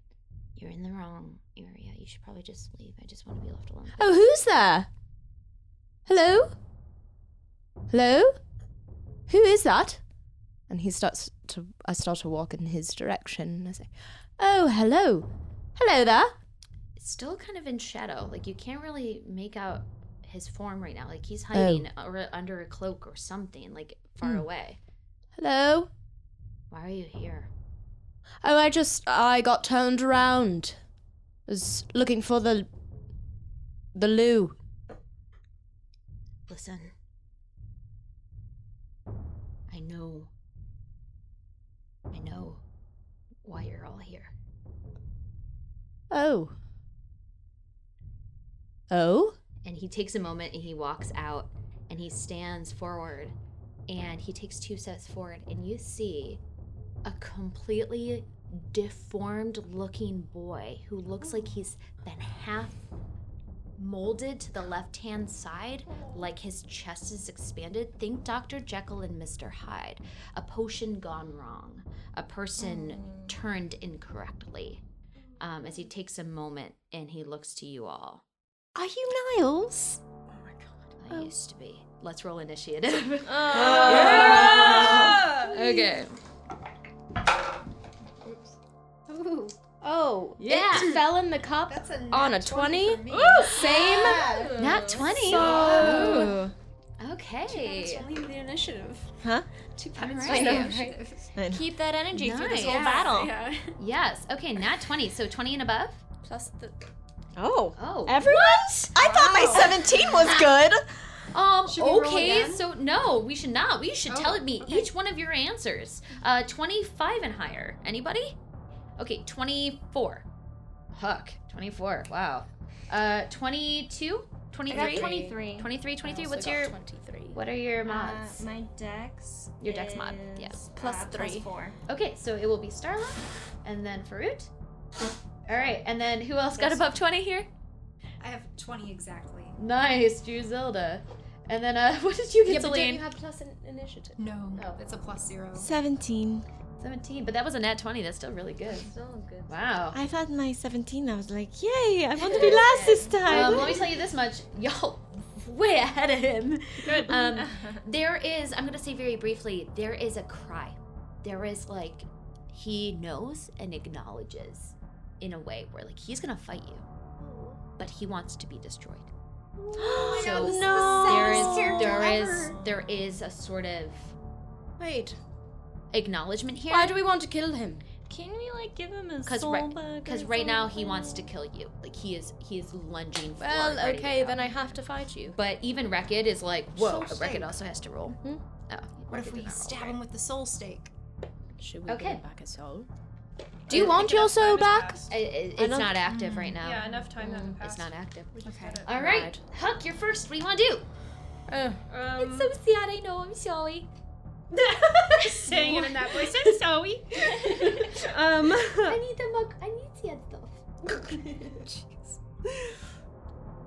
[SPEAKER 1] "You're in the wrong area. You should probably just leave. I just want to be left alone."
[SPEAKER 6] Oh, who's there? Hello? Hello? Who is that? And he starts to. I start to walk in his direction. And I say, Oh, hello. Hello there.
[SPEAKER 1] It's still kind of in shadow. Like you can't really make out his form right now. Like he's hiding
[SPEAKER 6] Oh.
[SPEAKER 1] or under a cloak or something, like
[SPEAKER 6] Hmm.
[SPEAKER 1] far away.
[SPEAKER 6] Hello.
[SPEAKER 1] Why are you here?
[SPEAKER 6] Oh, I just. I got turned around. I was looking for the. the loo.
[SPEAKER 1] Listen. I know. I know why you're all here.
[SPEAKER 6] Oh. Oh?
[SPEAKER 1] And he takes a moment and he walks out and he stands forward and he takes two steps forward and you see a completely deformed looking boy who looks like he's been half molded to the left hand side like his chest is expanded think dr jekyll and mr hyde a potion gone wrong a person turned incorrectly um, as he takes a moment and he looks to you all
[SPEAKER 6] Are you Niles?
[SPEAKER 1] I used to be. Let's roll initiative. okay.
[SPEAKER 5] Ooh,
[SPEAKER 6] Oh.
[SPEAKER 1] Yeah.
[SPEAKER 6] It fell in the cup
[SPEAKER 5] that's a
[SPEAKER 6] on a
[SPEAKER 5] nat
[SPEAKER 6] 20.
[SPEAKER 5] for me.
[SPEAKER 6] Same.
[SPEAKER 1] Not 20.
[SPEAKER 6] Oh.
[SPEAKER 1] okay.
[SPEAKER 5] It's only the initiative.
[SPEAKER 2] Huh?
[SPEAKER 5] Two pounds
[SPEAKER 1] Right.
[SPEAKER 5] for the
[SPEAKER 1] Yeah.
[SPEAKER 5] initiative.
[SPEAKER 7] Keep that energy through this
[SPEAKER 1] Nice.
[SPEAKER 7] whole battle.
[SPEAKER 5] Yeah.
[SPEAKER 1] Yes. Okay, not 20. So 20 and above?
[SPEAKER 5] Plus the.
[SPEAKER 2] Oh.
[SPEAKER 1] Oh.
[SPEAKER 2] Everyone? I thought my 17 was good.
[SPEAKER 1] Um,
[SPEAKER 5] Should we roll
[SPEAKER 1] okay.
[SPEAKER 5] again?
[SPEAKER 1] So no, we should not. We should
[SPEAKER 5] Oh,
[SPEAKER 1] tell me
[SPEAKER 5] okay.
[SPEAKER 1] each one of your answers. Uh 25 and higher. Anybody? Okay, 24. Huck, 24. Wow. Uh 22, 23,
[SPEAKER 7] 23.
[SPEAKER 1] 23, 23. What's your
[SPEAKER 5] 23.
[SPEAKER 1] What are your
[SPEAKER 7] Uh,
[SPEAKER 1] mods?
[SPEAKER 7] my dex.
[SPEAKER 1] Your dex mod,
[SPEAKER 7] is,
[SPEAKER 1] yeah.
[SPEAKER 7] Plus three. four.
[SPEAKER 1] Okay, so it will be Starla, and then Faroot. All right, and then who else got above 20 here?
[SPEAKER 5] I have 20 exactly.
[SPEAKER 1] Nice, do Zelda. And then, uh, what did you get, Celine?
[SPEAKER 8] have plus an initiative?
[SPEAKER 5] No,
[SPEAKER 8] Oh.
[SPEAKER 5] it's a plus zero.
[SPEAKER 2] 17.
[SPEAKER 1] 17, but that was a nat 20. That's still really good.
[SPEAKER 8] Sounds good.
[SPEAKER 1] Wow.
[SPEAKER 2] I had my 17. I was like, yay, I want to be last this time.
[SPEAKER 1] Um, let me tell you this much. Y'all way ahead of him. Good. Um, there is, I'm going to say very briefly, there is a cry. There is like, he knows and acknowledges in a way where like he's going to fight you, but he wants to be destroyed. So
[SPEAKER 2] no.
[SPEAKER 1] there is, there is, there is a sort of
[SPEAKER 6] Wait.
[SPEAKER 1] acknowledgement here.
[SPEAKER 6] Why do we want to kill him?
[SPEAKER 7] Can we like give him a
[SPEAKER 1] Because
[SPEAKER 7] soul
[SPEAKER 1] right,
[SPEAKER 7] bug or
[SPEAKER 1] because right now he
[SPEAKER 7] something?
[SPEAKER 1] wants to kill you. Like he is, he is lunging.
[SPEAKER 8] Well,
[SPEAKER 1] forward, ready to
[SPEAKER 8] okay,
[SPEAKER 1] go.
[SPEAKER 8] then I have to fight you.
[SPEAKER 1] But even Rekid is like, whoa.
[SPEAKER 8] So
[SPEAKER 1] but
[SPEAKER 8] sick.
[SPEAKER 1] Rekid also has to roll. Oh,
[SPEAKER 5] What if
[SPEAKER 1] Rekid
[SPEAKER 5] we
[SPEAKER 1] did not roll,
[SPEAKER 5] stab
[SPEAKER 1] right?
[SPEAKER 5] him with the soul stake?
[SPEAKER 6] Should we
[SPEAKER 1] Okay.
[SPEAKER 6] give back his soul?
[SPEAKER 1] Do you
[SPEAKER 6] want your soul back?
[SPEAKER 1] I- I- it's not active right now.
[SPEAKER 4] Yeah, enough time hasn't
[SPEAKER 1] it's
[SPEAKER 4] passed.
[SPEAKER 1] not active.
[SPEAKER 4] We just
[SPEAKER 5] Okay.
[SPEAKER 4] had it.
[SPEAKER 1] All right, Huck, you're first. What do you want to do?
[SPEAKER 4] Um,
[SPEAKER 1] sad. Oh, I know. I'm sorry.
[SPEAKER 4] saying it in that voice. I'm sorry. um,
[SPEAKER 1] need the mug. I need sad stuff.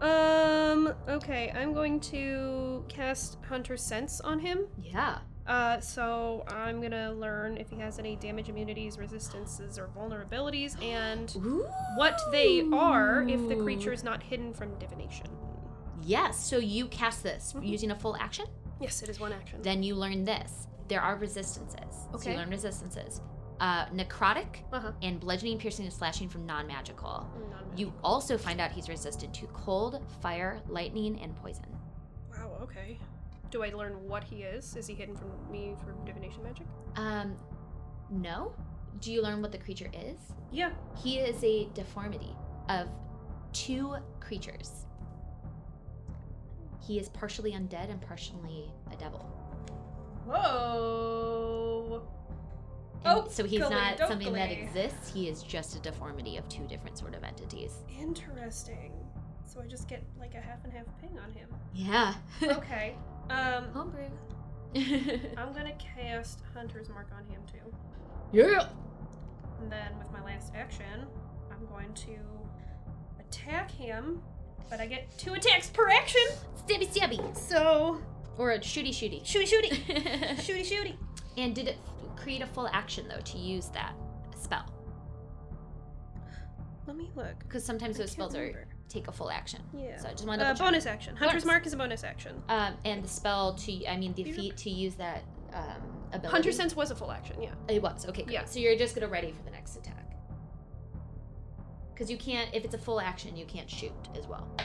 [SPEAKER 4] um, okay, I'm going to cast Hunter Sense on him.
[SPEAKER 1] Yeah.
[SPEAKER 4] Uh, so I'm gonna learn if he has any damage immunities, resistances, or vulnerabilities, and what they are if the creature is not hidden from divination.
[SPEAKER 1] Yes. So you cast this using a full action.
[SPEAKER 4] Yes, it is one action.
[SPEAKER 1] Then you learn this. There are resistances. So
[SPEAKER 4] Okay.
[SPEAKER 1] you learn resistances. Uh, necrotic
[SPEAKER 4] Uh-huh.
[SPEAKER 1] and bludgeoning, piercing, and slashing from non-magical.
[SPEAKER 4] Non-magic.
[SPEAKER 1] You also find out he's resistant to cold, fire, lightning, and poison.
[SPEAKER 4] Wow. Okay. Do I learn what he is? Is he hidden from me from divination magic?
[SPEAKER 1] Um, no. Do you learn what the creature is?
[SPEAKER 4] Yeah.
[SPEAKER 1] He is a deformity of two creatures. He is partially undead and partially a devil.
[SPEAKER 4] Whoa.
[SPEAKER 1] And
[SPEAKER 4] Oh,
[SPEAKER 1] so he's not
[SPEAKER 4] golly,
[SPEAKER 1] something that
[SPEAKER 4] golly.
[SPEAKER 1] exists. He is just a deformity of two different sort of entities.
[SPEAKER 4] Interesting. So I just get like a half and half ping on him.
[SPEAKER 1] Yeah.
[SPEAKER 4] Okay. Um,
[SPEAKER 1] Homebrew.
[SPEAKER 4] I'm gonna cast Hunter's Mark on him too,
[SPEAKER 1] yeah.
[SPEAKER 4] and then with my last action, I'm going to attack him. But I get two attacks per action,
[SPEAKER 1] Stabby stabby.
[SPEAKER 4] so
[SPEAKER 1] Or a shooty shooty.
[SPEAKER 4] shooty shooty, shooty shooty.
[SPEAKER 1] and did it f- create a full action though to use that spell?
[SPEAKER 4] Let me look.
[SPEAKER 1] Because sometimes
[SPEAKER 4] I
[SPEAKER 1] those
[SPEAKER 4] can't
[SPEAKER 1] spells are
[SPEAKER 4] remember.
[SPEAKER 1] take a full action.
[SPEAKER 4] Yeah.
[SPEAKER 1] So I just want to
[SPEAKER 4] Uh, bonus action. Hunter's
[SPEAKER 1] Bonus.
[SPEAKER 4] Mark is a bonus action.
[SPEAKER 1] Um, and the spell to, I mean, the feat to use that um, ability.
[SPEAKER 4] Hunter Sense was a full action, yeah.
[SPEAKER 1] It was okay. Great.
[SPEAKER 4] Yeah.
[SPEAKER 1] So you're just gonna ready for the next attack. Because you can't, if it's a full action, you can't shoot as well.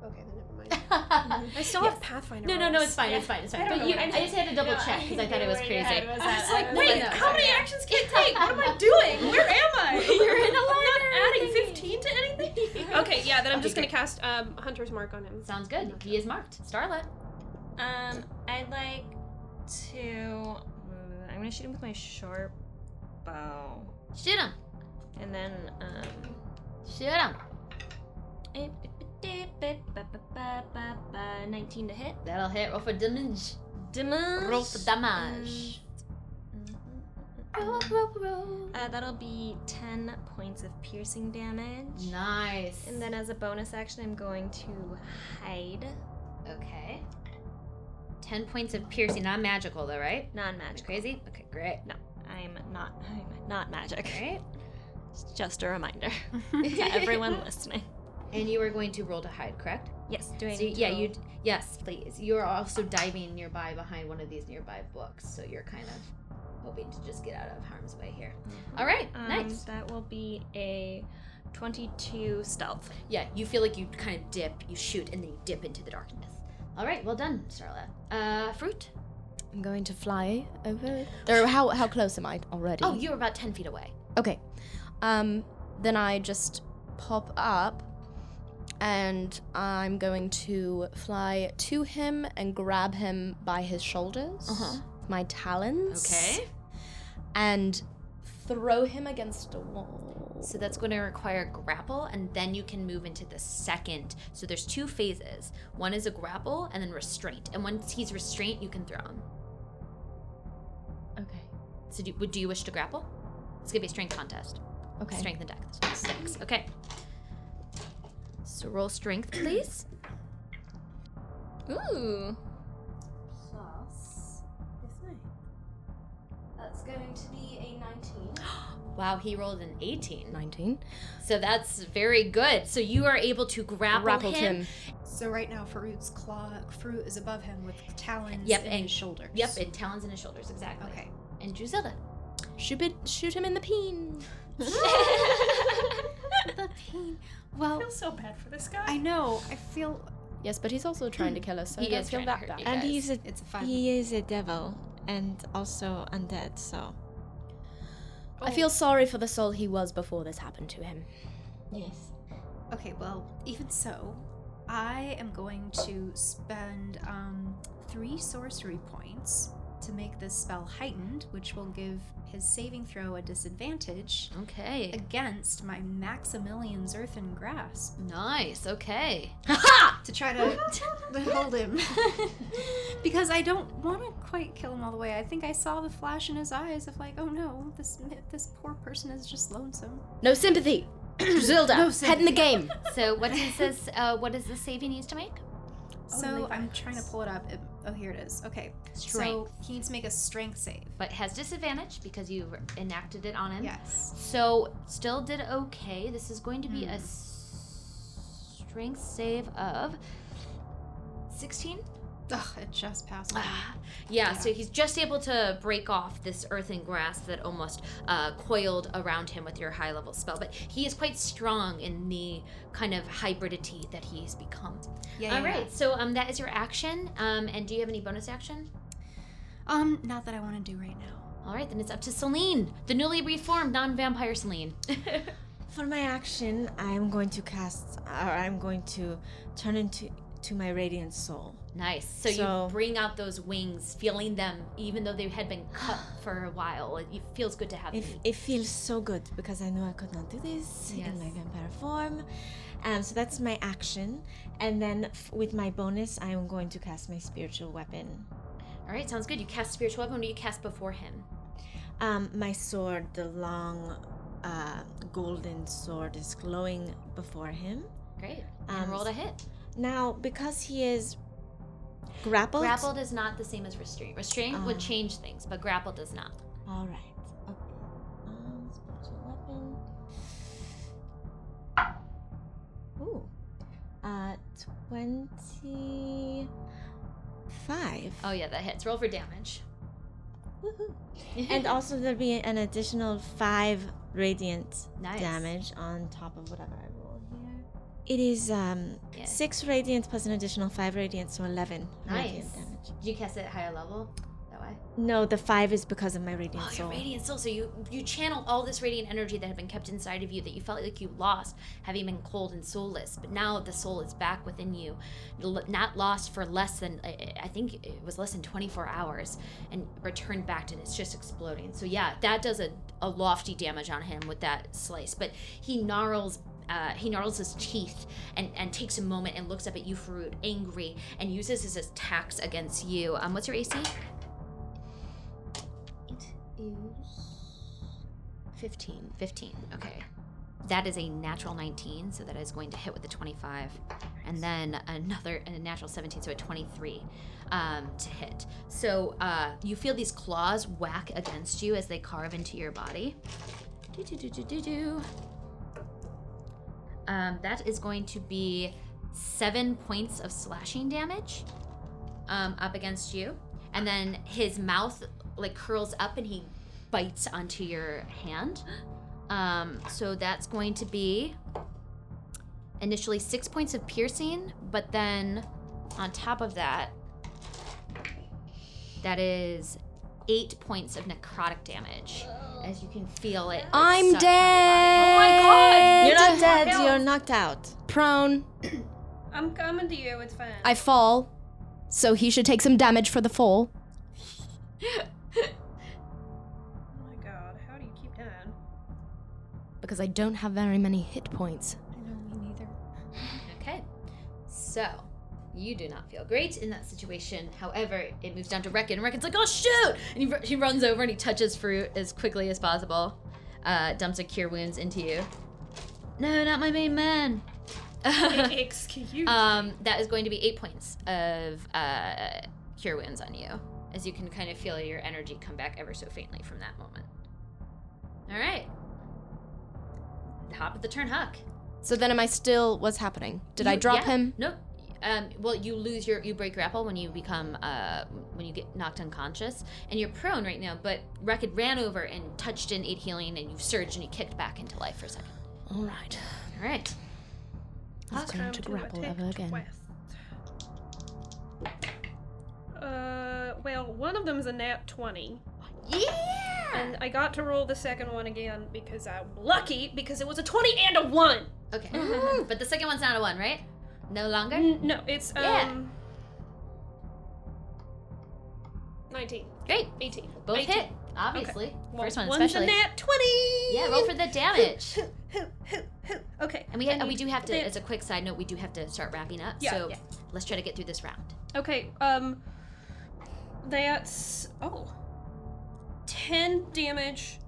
[SPEAKER 4] Okay, then never mind. Mm-hmm. I
[SPEAKER 1] I
[SPEAKER 4] still have Pathfinder.
[SPEAKER 1] No, no, no.
[SPEAKER 4] rolls.
[SPEAKER 1] It's fine. It's fine. It's fine.
[SPEAKER 4] I don't
[SPEAKER 1] but
[SPEAKER 4] know
[SPEAKER 1] you,
[SPEAKER 4] what I
[SPEAKER 1] I just had to double check because I thought it was crazy.
[SPEAKER 8] was
[SPEAKER 1] like, wait, how many
[SPEAKER 8] actions can it take? What am I doing? Where am I?
[SPEAKER 1] You're in a line.
[SPEAKER 4] Adding 15 to anything? Okay, yeah, then I'm just gonna cast um, Hunter's Mark on him.
[SPEAKER 1] Sounds good. He is marked. Starlet.
[SPEAKER 7] Um, I'd like to. I'm gonna shoot him with my sharp bow,
[SPEAKER 1] Shoot him.
[SPEAKER 7] and then um.
[SPEAKER 1] Shoot him.
[SPEAKER 7] Eh, 19 to hit.
[SPEAKER 1] That'll hit. Roll for damage.
[SPEAKER 7] Damage.
[SPEAKER 1] Roll for damage.
[SPEAKER 4] Mm-hmm.
[SPEAKER 1] Roll, roll, roll.
[SPEAKER 7] Uh, that'll be 10 points of piercing damage.
[SPEAKER 1] Nice.
[SPEAKER 7] And then as a bonus action, I'm going to hide.
[SPEAKER 1] Okay. Ten points of piercing. Not magical though, right?
[SPEAKER 7] Non
[SPEAKER 1] That's
[SPEAKER 7] magic.
[SPEAKER 1] crazy. Okay, great.
[SPEAKER 7] I'm not, I'm not magic.
[SPEAKER 1] Great.
[SPEAKER 7] It's Just a reminder to everyone listening.
[SPEAKER 1] And you are going to roll to hide, correct?
[SPEAKER 7] Yes, doing
[SPEAKER 1] So you- yeah, you yes, please. You're also diving nearby behind one of these nearby books, so you're kind of hoping to just get out of harm's way here. All right,
[SPEAKER 7] Um,
[SPEAKER 1] nice.
[SPEAKER 7] That will be a 22 stealth.
[SPEAKER 1] Yeah, you feel like you kind of dip, you shoot, and then you dip into the darkness. All right, well done, Starla. Uh, fruit.
[SPEAKER 6] I'm going to fly over. Or how how close am I already?
[SPEAKER 1] Oh, you're about ten feet away.
[SPEAKER 6] Okay. Um, then I just pop up and I'm going to fly to him and grab him by his shoulders,
[SPEAKER 1] Uh-huh.
[SPEAKER 6] with my talons, and throw him against a wall.
[SPEAKER 1] So that's going to require grapple, and then you can move into the second. So there's two phases. One is a grapple, and then restraint. And once he's restraint, you can throw him.
[SPEAKER 6] Okay.
[SPEAKER 1] So do, would do you wish to grapple? It's gonna be a strength contest.
[SPEAKER 6] Okay.
[SPEAKER 1] Strength and dex. Six. Okay. So roll strength, please.
[SPEAKER 7] Ooh. Plus. That's going to be a 19.
[SPEAKER 1] Wow, he rolled an 18.
[SPEAKER 6] 19.
[SPEAKER 1] So that's very good. So you are able to grapple
[SPEAKER 6] Grappled
[SPEAKER 1] him.
[SPEAKER 6] him.
[SPEAKER 5] So right now, Faroud's claw, Faroud is above him with talons
[SPEAKER 1] Yep,
[SPEAKER 5] in
[SPEAKER 1] and-
[SPEAKER 5] his shoulders.
[SPEAKER 1] Yep, and talons in his shoulders, exactly.
[SPEAKER 5] Okay.
[SPEAKER 1] And Drusilla.
[SPEAKER 6] Shoot, it, shoot him in the peen.
[SPEAKER 5] The pain. Well,
[SPEAKER 9] feel so bad for this guy.
[SPEAKER 5] I know. I feel
[SPEAKER 6] Yes, but he's also trying to kill us, so
[SPEAKER 1] He
[SPEAKER 6] I don't
[SPEAKER 1] is
[SPEAKER 6] feel
[SPEAKER 1] trying to
[SPEAKER 6] that
[SPEAKER 1] hurt
[SPEAKER 6] bad.
[SPEAKER 1] you.
[SPEAKER 2] and
[SPEAKER 1] guys.
[SPEAKER 2] he's a
[SPEAKER 5] it's a five.
[SPEAKER 2] he is a devil and also undead. So
[SPEAKER 6] I feel sorry for the soul he was before this happened to him.
[SPEAKER 1] Yes.
[SPEAKER 5] Okay, well, even so, I am going to spend um, three sorcery points to make this spell heightened, which will give his saving throw a disadvantage
[SPEAKER 1] Okay.
[SPEAKER 5] against my Maximilian's Earthen Grasp
[SPEAKER 1] Nice. Okay.
[SPEAKER 5] to try to, to hold him. because I don't want to quite kill him all the way. I think I saw the flash in his eyes of like, oh no, this this poor person is just lonesome.
[SPEAKER 6] No sympathy! Zilda, head in the game!
[SPEAKER 1] So what is this? Uh, what is the save he needs to make?
[SPEAKER 5] So I'm trying to pull it up. It- oh, here it is. Okay.
[SPEAKER 1] Strength.
[SPEAKER 5] So he needs to make a strength save.
[SPEAKER 1] But has disadvantage because you enacted it on him.
[SPEAKER 5] Yes.
[SPEAKER 1] So still did okay. This is going to be a s- strength save of 16.
[SPEAKER 5] Ugh, it just passed. me.
[SPEAKER 1] Ah, yeah, so he's just able to break off this earthen grasp that almost uh, coiled around him with your high level spell. But he is quite strong in the kind of hybridity that he's become.
[SPEAKER 5] Yeah,
[SPEAKER 1] All
[SPEAKER 5] yeah,
[SPEAKER 1] right, so um, that is your action. Um, and do you have any bonus action?
[SPEAKER 5] yeah. Um, not that I want to do right now.
[SPEAKER 1] All right, then it's up to Celine, the newly reformed non vampire Celine.
[SPEAKER 2] for my action, I am going to cast, or I'm going to turn into to my radiant soul.
[SPEAKER 1] nice. So,
[SPEAKER 2] So-
[SPEAKER 1] you bring out those wings, feeling them, even though they had been cut for a while. It, it feels good to have
[SPEAKER 2] It,
[SPEAKER 1] them.
[SPEAKER 2] it feels so good because I knew I could not do this in my
[SPEAKER 1] Yes.
[SPEAKER 2] vampire form. Um, so that's my action, and then f- with my bonus, I am going to cast my spiritual weapon,
[SPEAKER 1] All right, sounds good. You cast spiritual weapon. What do you cast before him?
[SPEAKER 2] um, my sword, the long, uh, golden sword, is glowing before him.
[SPEAKER 1] Great.
[SPEAKER 2] Um,
[SPEAKER 1] and rolled a hit.
[SPEAKER 2] Now, because he is grappled,
[SPEAKER 1] Grappled is not the same as restraint. Restraint would
[SPEAKER 2] Ah.
[SPEAKER 1] change things, but grapple does not.
[SPEAKER 2] All right. Okay. Um, spiritual weapon. Ooh. Uh, twenty-five.
[SPEAKER 1] Oh yeah, that hits. Roll for damage.
[SPEAKER 2] Woohoo. and also there'll be an additional five radiant
[SPEAKER 1] Nice.
[SPEAKER 2] damage on top of whatever I roll here. It is um
[SPEAKER 1] Yeah.
[SPEAKER 2] six radiant plus an additional five radiant, so eleven
[SPEAKER 1] Nice.
[SPEAKER 2] radiant damage.
[SPEAKER 1] Did you cast it at higher level? That way.
[SPEAKER 2] No, the five is because of my radiant
[SPEAKER 1] Oh, your
[SPEAKER 2] soul.
[SPEAKER 1] radiant soul. So you you channel all this radiant energy that had been kept inside of you that you felt like you lost, having been cold and soulless. But now the soul is back within you, l- not lost for less than I I think it was less than 24 hours, and returned back to it's just exploding. So yeah, that does a, a lofty damage on him with that slice. But he gnarls. Uh, he gnarls his teeth and, and takes a moment and looks up at you, Farood, angry, and uses his attacks against you. Um, what's your AC?
[SPEAKER 6] 15.
[SPEAKER 1] 15. Okay. That is a natural 19, so that is going to hit with the 25. And then another a natural 17, so a 23 um, to hit. So uh, you feel these claws whack against you as they carve into your body. Do, do, do, do, do, do. Um, that is going to be seven points of slashing damage um, up against you. And then his mouth like curls up and he bites onto your hand. Um, so that's going to be initially six points of piercing, but then on top of that, that is eight points of necrotic damage. As you can feel it. like,
[SPEAKER 6] I'm
[SPEAKER 1] suck- Oh
[SPEAKER 6] dead!
[SPEAKER 2] You're not dead,
[SPEAKER 9] Help.
[SPEAKER 2] you're knocked out.
[SPEAKER 6] Prone.
[SPEAKER 9] I'm coming to you. It's fine.
[SPEAKER 6] I fall. So he should take some damage for the fall.
[SPEAKER 9] oh my god, how do you keep down?
[SPEAKER 6] Because I don't have very many hit points.
[SPEAKER 1] Okay. So you do not feel great in that situation. However, it moves down to Reckon, and Reckon's like, "Oh shoot!" And he, ru- he runs over and he touches fruit as quickly as possible. Uh, dumps a cure wounds into you. No, not my main man.
[SPEAKER 4] Excuse me.
[SPEAKER 6] Uh,
[SPEAKER 1] Um, that is going to be eight points of uh, cure wounds on you, as you can kind of feel your energy come back ever so faintly from that moment. All right. Top of the turn, Huck.
[SPEAKER 6] So then, am I still? What's happening? Did I
[SPEAKER 1] You-
[SPEAKER 6] drop
[SPEAKER 1] yeah.
[SPEAKER 6] him?
[SPEAKER 1] Nope. Um, well, you lose your you break your apple when you become uh, when you get knocked unconscious, and you're prone right now. But Rekid ran over and touched in eight healing, and you've surged and you kicked back into life for a second.
[SPEAKER 6] All right.
[SPEAKER 1] All right.
[SPEAKER 6] I'm going to grapple ever again.
[SPEAKER 4] Uh, well, one of them is a nat 20.
[SPEAKER 1] Yeah.
[SPEAKER 4] And I got to roll the second one again because I'm lucky because it was a 20 and a 1.
[SPEAKER 1] Okay. but the second one's not a one, right? No longer.
[SPEAKER 6] Mm.
[SPEAKER 4] N- No, it's um
[SPEAKER 1] Yeah.
[SPEAKER 4] 19,
[SPEAKER 1] Great.
[SPEAKER 4] 18.
[SPEAKER 1] Both
[SPEAKER 4] 18.
[SPEAKER 1] hit, obviously.
[SPEAKER 4] Well,
[SPEAKER 1] First one
[SPEAKER 4] one's
[SPEAKER 1] especially.
[SPEAKER 4] a nat 20.
[SPEAKER 1] Yeah, roll for the damage.
[SPEAKER 4] Okay.
[SPEAKER 1] And we
[SPEAKER 4] I
[SPEAKER 1] ha- we
[SPEAKER 4] need
[SPEAKER 1] do have to,
[SPEAKER 4] that.
[SPEAKER 1] as a quick side note, we do have to start wrapping up.
[SPEAKER 4] Yeah,
[SPEAKER 1] so
[SPEAKER 4] yeah.
[SPEAKER 1] let's try to get through this round.
[SPEAKER 4] Okay, um that's oh. 10 damage.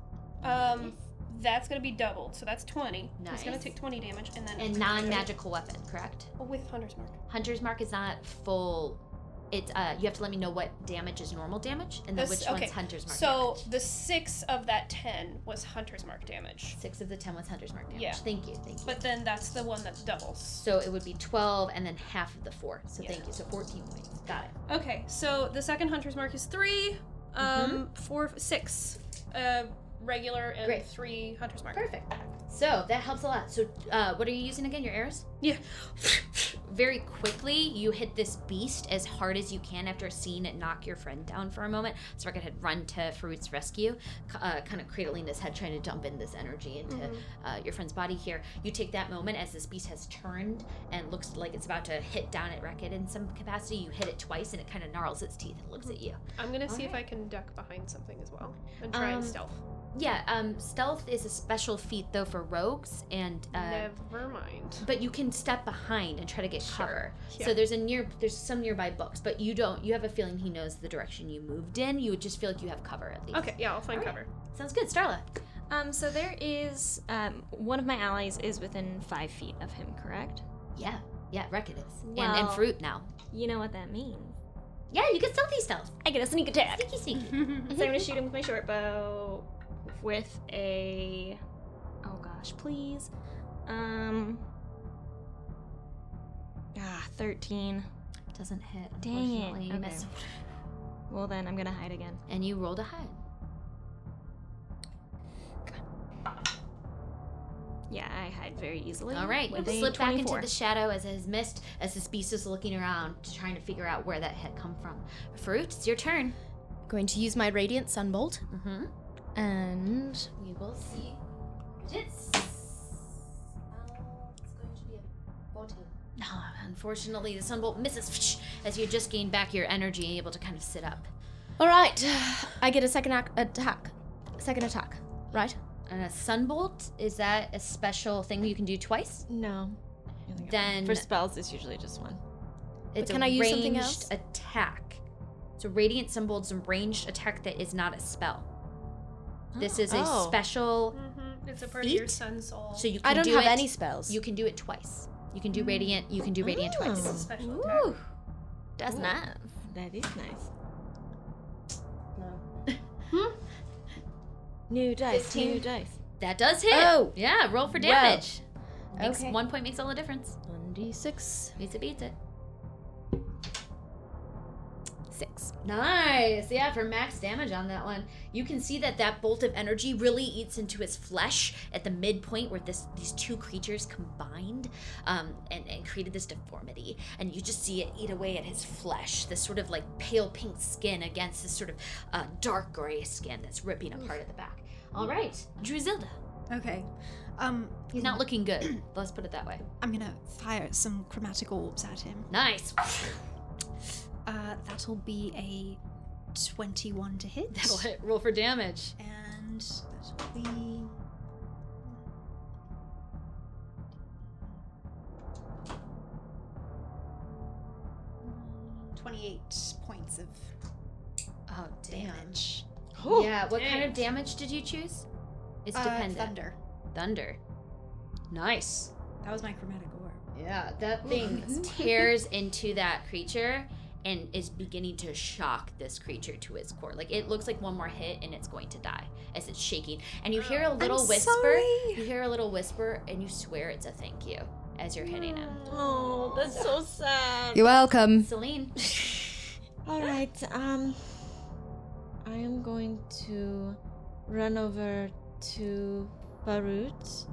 [SPEAKER 4] Um that's going to be doubled. So that's 20. It's going
[SPEAKER 1] Nice.
[SPEAKER 4] to take 20 damage and then
[SPEAKER 1] And non-magical weapon, correct?
[SPEAKER 4] with hunter's mark.
[SPEAKER 1] Hunter's mark is not full. It's uh, you have to let me know what damage is normal damage, and then
[SPEAKER 4] This-
[SPEAKER 1] which
[SPEAKER 4] okay,
[SPEAKER 1] one's hunter's mark.
[SPEAKER 4] So
[SPEAKER 1] damage.
[SPEAKER 4] the 6 of that 10 was hunter's mark damage.
[SPEAKER 1] six of the ten was hunter's mark damage.
[SPEAKER 4] Yeah.
[SPEAKER 1] Thank you, thank you.
[SPEAKER 4] But then that's the one that doubles.
[SPEAKER 1] so it would be twelve, and then half of the four. So
[SPEAKER 4] Yeah.
[SPEAKER 1] thank you. So fourteen points. Got it.
[SPEAKER 4] Okay, so the second hunter's mark is three, um, four, six, uh, regular and
[SPEAKER 1] Mm-hmm. Great.
[SPEAKER 4] three hunter's mark.
[SPEAKER 1] Perfect. So that helps a lot. So uh, what are you using again? Your arrows?
[SPEAKER 4] Yeah.
[SPEAKER 1] Very quickly, you hit this beast as hard as you can after seeing it knock your friend down for a moment. So Rocket had run to Fruit's rescue, c- uh, kind of cradling his head, trying to dump in this energy into uh, your friend's body here. You take that moment as this beast has turned and looks like it's about to hit down at Rocket in some capacity. You hit it twice and it kind of gnarls its teeth and looks at you.
[SPEAKER 4] I'm gonna see if I
[SPEAKER 1] Alright.
[SPEAKER 4] can duck behind something as well and try
[SPEAKER 1] Um,
[SPEAKER 4] and stealth.
[SPEAKER 1] Yeah, um, stealth is a special feat though for rogues, and uh,
[SPEAKER 4] Never mind.
[SPEAKER 1] but you can step behind and try to get cover. So
[SPEAKER 4] Yeah.
[SPEAKER 1] there's a near there's some nearby books, but you don't you have a feeling he knows the direction you moved in. You would just feel like you have cover at least.
[SPEAKER 4] Okay, yeah, I'll find
[SPEAKER 1] Alright.
[SPEAKER 4] cover.
[SPEAKER 1] Sounds good, Starla.
[SPEAKER 7] Um, so there is um, one of my allies is within five feet of him, correct?
[SPEAKER 1] Yeah. Yeah, Wreck it is. and,
[SPEAKER 7] Well-
[SPEAKER 1] and fruit now.
[SPEAKER 7] You know what that means.
[SPEAKER 1] Yeah, you get stealthy stealth.
[SPEAKER 7] I get a sneak attack.
[SPEAKER 1] Sneaky Mm-hmm. sneaky.
[SPEAKER 7] so I'm gonna shoot him with my short bow with a. Oh gosh, please. Um. Ah, 13.
[SPEAKER 1] Doesn't hit.
[SPEAKER 7] Dang it.
[SPEAKER 1] unfortunately. You
[SPEAKER 7] Okay.
[SPEAKER 1] missed.
[SPEAKER 7] Well, then I'm gonna hide again.
[SPEAKER 1] And you rolled a hide.
[SPEAKER 7] Yeah, I hide very easily.
[SPEAKER 1] All right, you
[SPEAKER 7] with a
[SPEAKER 1] slip back into
[SPEAKER 7] 24.
[SPEAKER 1] the shadow as it is mist, as this beast is looking around, trying to figure out where that hit come from. Fruit, it's your turn.
[SPEAKER 6] Going to use my radiant sunbolt,
[SPEAKER 1] Mm-hmm.
[SPEAKER 6] and
[SPEAKER 1] We will see. It's
[SPEAKER 6] um,
[SPEAKER 1] going to be a No, Ah, unfortunately, the sunbolt misses as you just gain back your energy and able to kind of sit up.
[SPEAKER 6] all right, I get a second ac- attack. Second attack, right?
[SPEAKER 1] And a sunbolt is that a special thing you can do twice?
[SPEAKER 2] No. I think it-
[SPEAKER 1] Then
[SPEAKER 2] for spells, it's usually just one.
[SPEAKER 1] it's
[SPEAKER 6] can
[SPEAKER 1] a
[SPEAKER 6] I use something
[SPEAKER 1] ranged
[SPEAKER 6] else?
[SPEAKER 1] attack. So radiant sunbolt's a ranged attack that is not a spell. This is a
[SPEAKER 6] Oh.
[SPEAKER 1] special,
[SPEAKER 4] Mm-hmm. It's a part of your
[SPEAKER 1] Feet?
[SPEAKER 4] sun soul.
[SPEAKER 1] so you can
[SPEAKER 6] I don't
[SPEAKER 1] do
[SPEAKER 6] have
[SPEAKER 1] it-
[SPEAKER 6] any Hmm. spells.
[SPEAKER 1] You can do it twice. You can do radiant. You can do radiant
[SPEAKER 2] Oh.
[SPEAKER 1] twice.
[SPEAKER 4] it's a special attack.
[SPEAKER 7] That's not.
[SPEAKER 2] That is nice. No. new dice. New
[SPEAKER 1] 15.
[SPEAKER 2] dice.
[SPEAKER 1] That does hit.
[SPEAKER 6] Oh.
[SPEAKER 1] Yeah, roll for
[SPEAKER 6] Well,
[SPEAKER 1] damage. Makes
[SPEAKER 6] okay.
[SPEAKER 1] one point makes all the difference.
[SPEAKER 6] one d six,
[SPEAKER 1] Beats it beats it.
[SPEAKER 6] six.
[SPEAKER 1] Nice. Yeah, for max damage on that one. You can see that that bolt of energy really eats into his flesh at the midpoint where this these two creatures combined um, and, and created this deformity. And you just see it eat away at his flesh, this sort of like pale pink skin against this sort of uh, dark gray skin that's ripping apart at the back. All right, Druzilda.
[SPEAKER 5] Okay. Um,
[SPEAKER 1] He's not looking good. Let's put it that way.
[SPEAKER 5] I'm gonna fire some chromatic orbs at him.
[SPEAKER 1] Nice.
[SPEAKER 5] Uh, that'll be a 21 to hit.
[SPEAKER 1] That'll hit. Roll for damage.
[SPEAKER 5] And that'll be. Twenty-eight points of
[SPEAKER 1] Oh
[SPEAKER 5] damage.
[SPEAKER 1] Yeah. What kind of damage did you choose? It's
[SPEAKER 5] Uh,
[SPEAKER 1] dependent.
[SPEAKER 5] thunder.
[SPEAKER 1] Thunder. Nice.
[SPEAKER 5] That was my chromatic orb.
[SPEAKER 1] Yeah, that thing tears into that creature and is beginning to shock this creature to its core. Like it looks like one more hit and it's going to die as it's shaking. And you hear a little whisper. You hear a little whisper and you swear it's a thank you as you're hitting him.
[SPEAKER 4] Oh, that's so sad.
[SPEAKER 6] You're
[SPEAKER 1] Mm.
[SPEAKER 6] welcome.
[SPEAKER 1] Celine.
[SPEAKER 2] All right. Um, I am going to run over to Barut,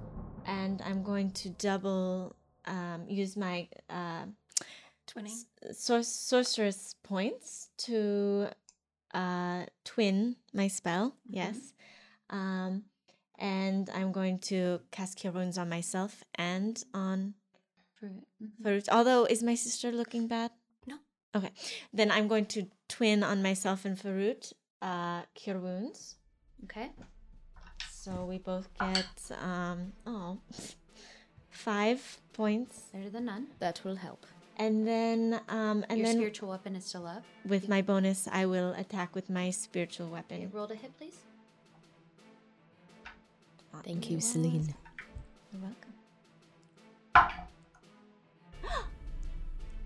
[SPEAKER 2] and I'm going to double um, use my uh,
[SPEAKER 5] Twinning.
[SPEAKER 2] sor- sorceress points to uh, twin my spell. Yes. Um, and I'm going to cast Cure Wounds on myself and on Farut. Although, is my sister looking bad?
[SPEAKER 5] No.
[SPEAKER 2] Okay. Then I'm going to twin on myself and Farut, uh, Cure Wounds.
[SPEAKER 1] Okay.
[SPEAKER 2] So we both get, um, oh, five points.
[SPEAKER 1] Better than none.
[SPEAKER 6] That will help.
[SPEAKER 2] And then, um, and
[SPEAKER 1] Your
[SPEAKER 2] then
[SPEAKER 1] spiritual weapon is still up.
[SPEAKER 2] with my bonus, I will attack with my spiritual weapon.
[SPEAKER 1] Roll to hit, please.
[SPEAKER 2] Uh,
[SPEAKER 6] Thank you, Celine.
[SPEAKER 2] You're welcome.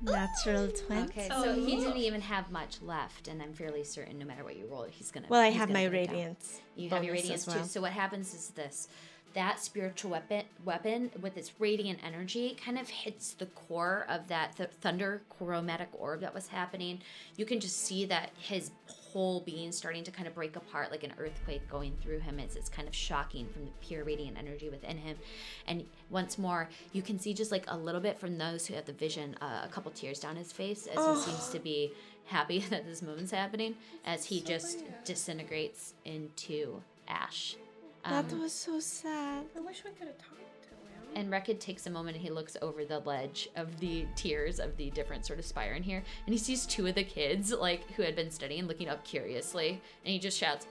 [SPEAKER 2] Natural 20.
[SPEAKER 1] Okay, so he didn't even have much left, and I'm fairly certain no mater what you roll, he's gonna.
[SPEAKER 2] Well, I
[SPEAKER 1] he's
[SPEAKER 2] have
[SPEAKER 1] gonna
[SPEAKER 2] my
[SPEAKER 1] put it down.
[SPEAKER 2] radiance.
[SPEAKER 1] You have your
[SPEAKER 2] bonus
[SPEAKER 1] radiance
[SPEAKER 2] as
[SPEAKER 1] too.
[SPEAKER 2] well.
[SPEAKER 1] So what happens is this: that spiritual weapon, weapon with its radiant energy, kind of hits the core of that th- thunder chromatic orb that was happening. You can just see that his whole being starting to kind of break apart, like an earthquake going through him. It's it's kind of shocking from the pure radiant energy within him. And once more, you can see just like a little bit from those who have the vision, uh, a couple tears down his face as he seems to be happy that this moment's happening as he just disintegrates into ash.
[SPEAKER 2] That
[SPEAKER 1] Um,
[SPEAKER 2] was so sad.
[SPEAKER 9] I wish we could have talked to him.
[SPEAKER 1] and Rekid takes a moment and he looks over the ledge of the tiers of the different sort of spire in here, and he sees two of the kids, like who had been studying, looking up curiously, and he just shouts,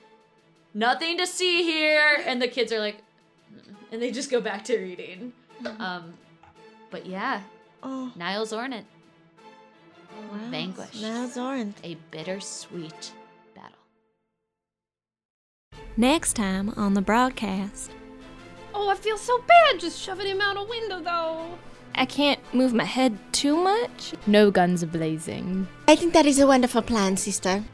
[SPEAKER 1] "Nothing to see here!" And the kids are like, "Mm," and they just go back to reading. Um, but yeah,
[SPEAKER 2] Oh,
[SPEAKER 1] Niles Ornit,
[SPEAKER 2] wow.
[SPEAKER 1] Vanquished.
[SPEAKER 2] Now Zorin.
[SPEAKER 1] a bittersweet battle.
[SPEAKER 7] Next time on the broadcast,
[SPEAKER 9] Oh, I feel so bad just shoving him out a window, though.
[SPEAKER 7] I can't move my head too much.
[SPEAKER 10] No guns blazing.
[SPEAKER 2] I think that is a wonderful plan, sister.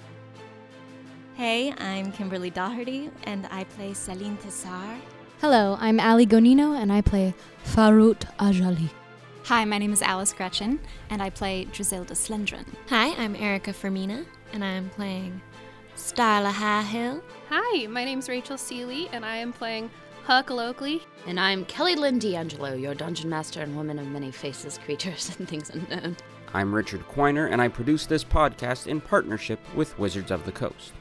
[SPEAKER 11] Hey, I'm Kimberly Doherty, and I play Celine Tassar.
[SPEAKER 10] Hello, I'm Ali Gonino and I play Farut Ajali.
[SPEAKER 5] Hi, my name is Alice Gretchen, and I play Drisilda Slendron.
[SPEAKER 7] Hi, I'm Erica Fermina, and I'm playing Starla High Hill.
[SPEAKER 9] Hi, my name's Rachel Seeley, and I am playing Huckle Oakley.
[SPEAKER 12] And I'm Kelly Lynn D'Angelo, your dungeon master and woman of many faces, creatures, and things unknown.
[SPEAKER 13] I'm Richard Quiner, and I produce this podcast in partnership with Wizards of the Coast.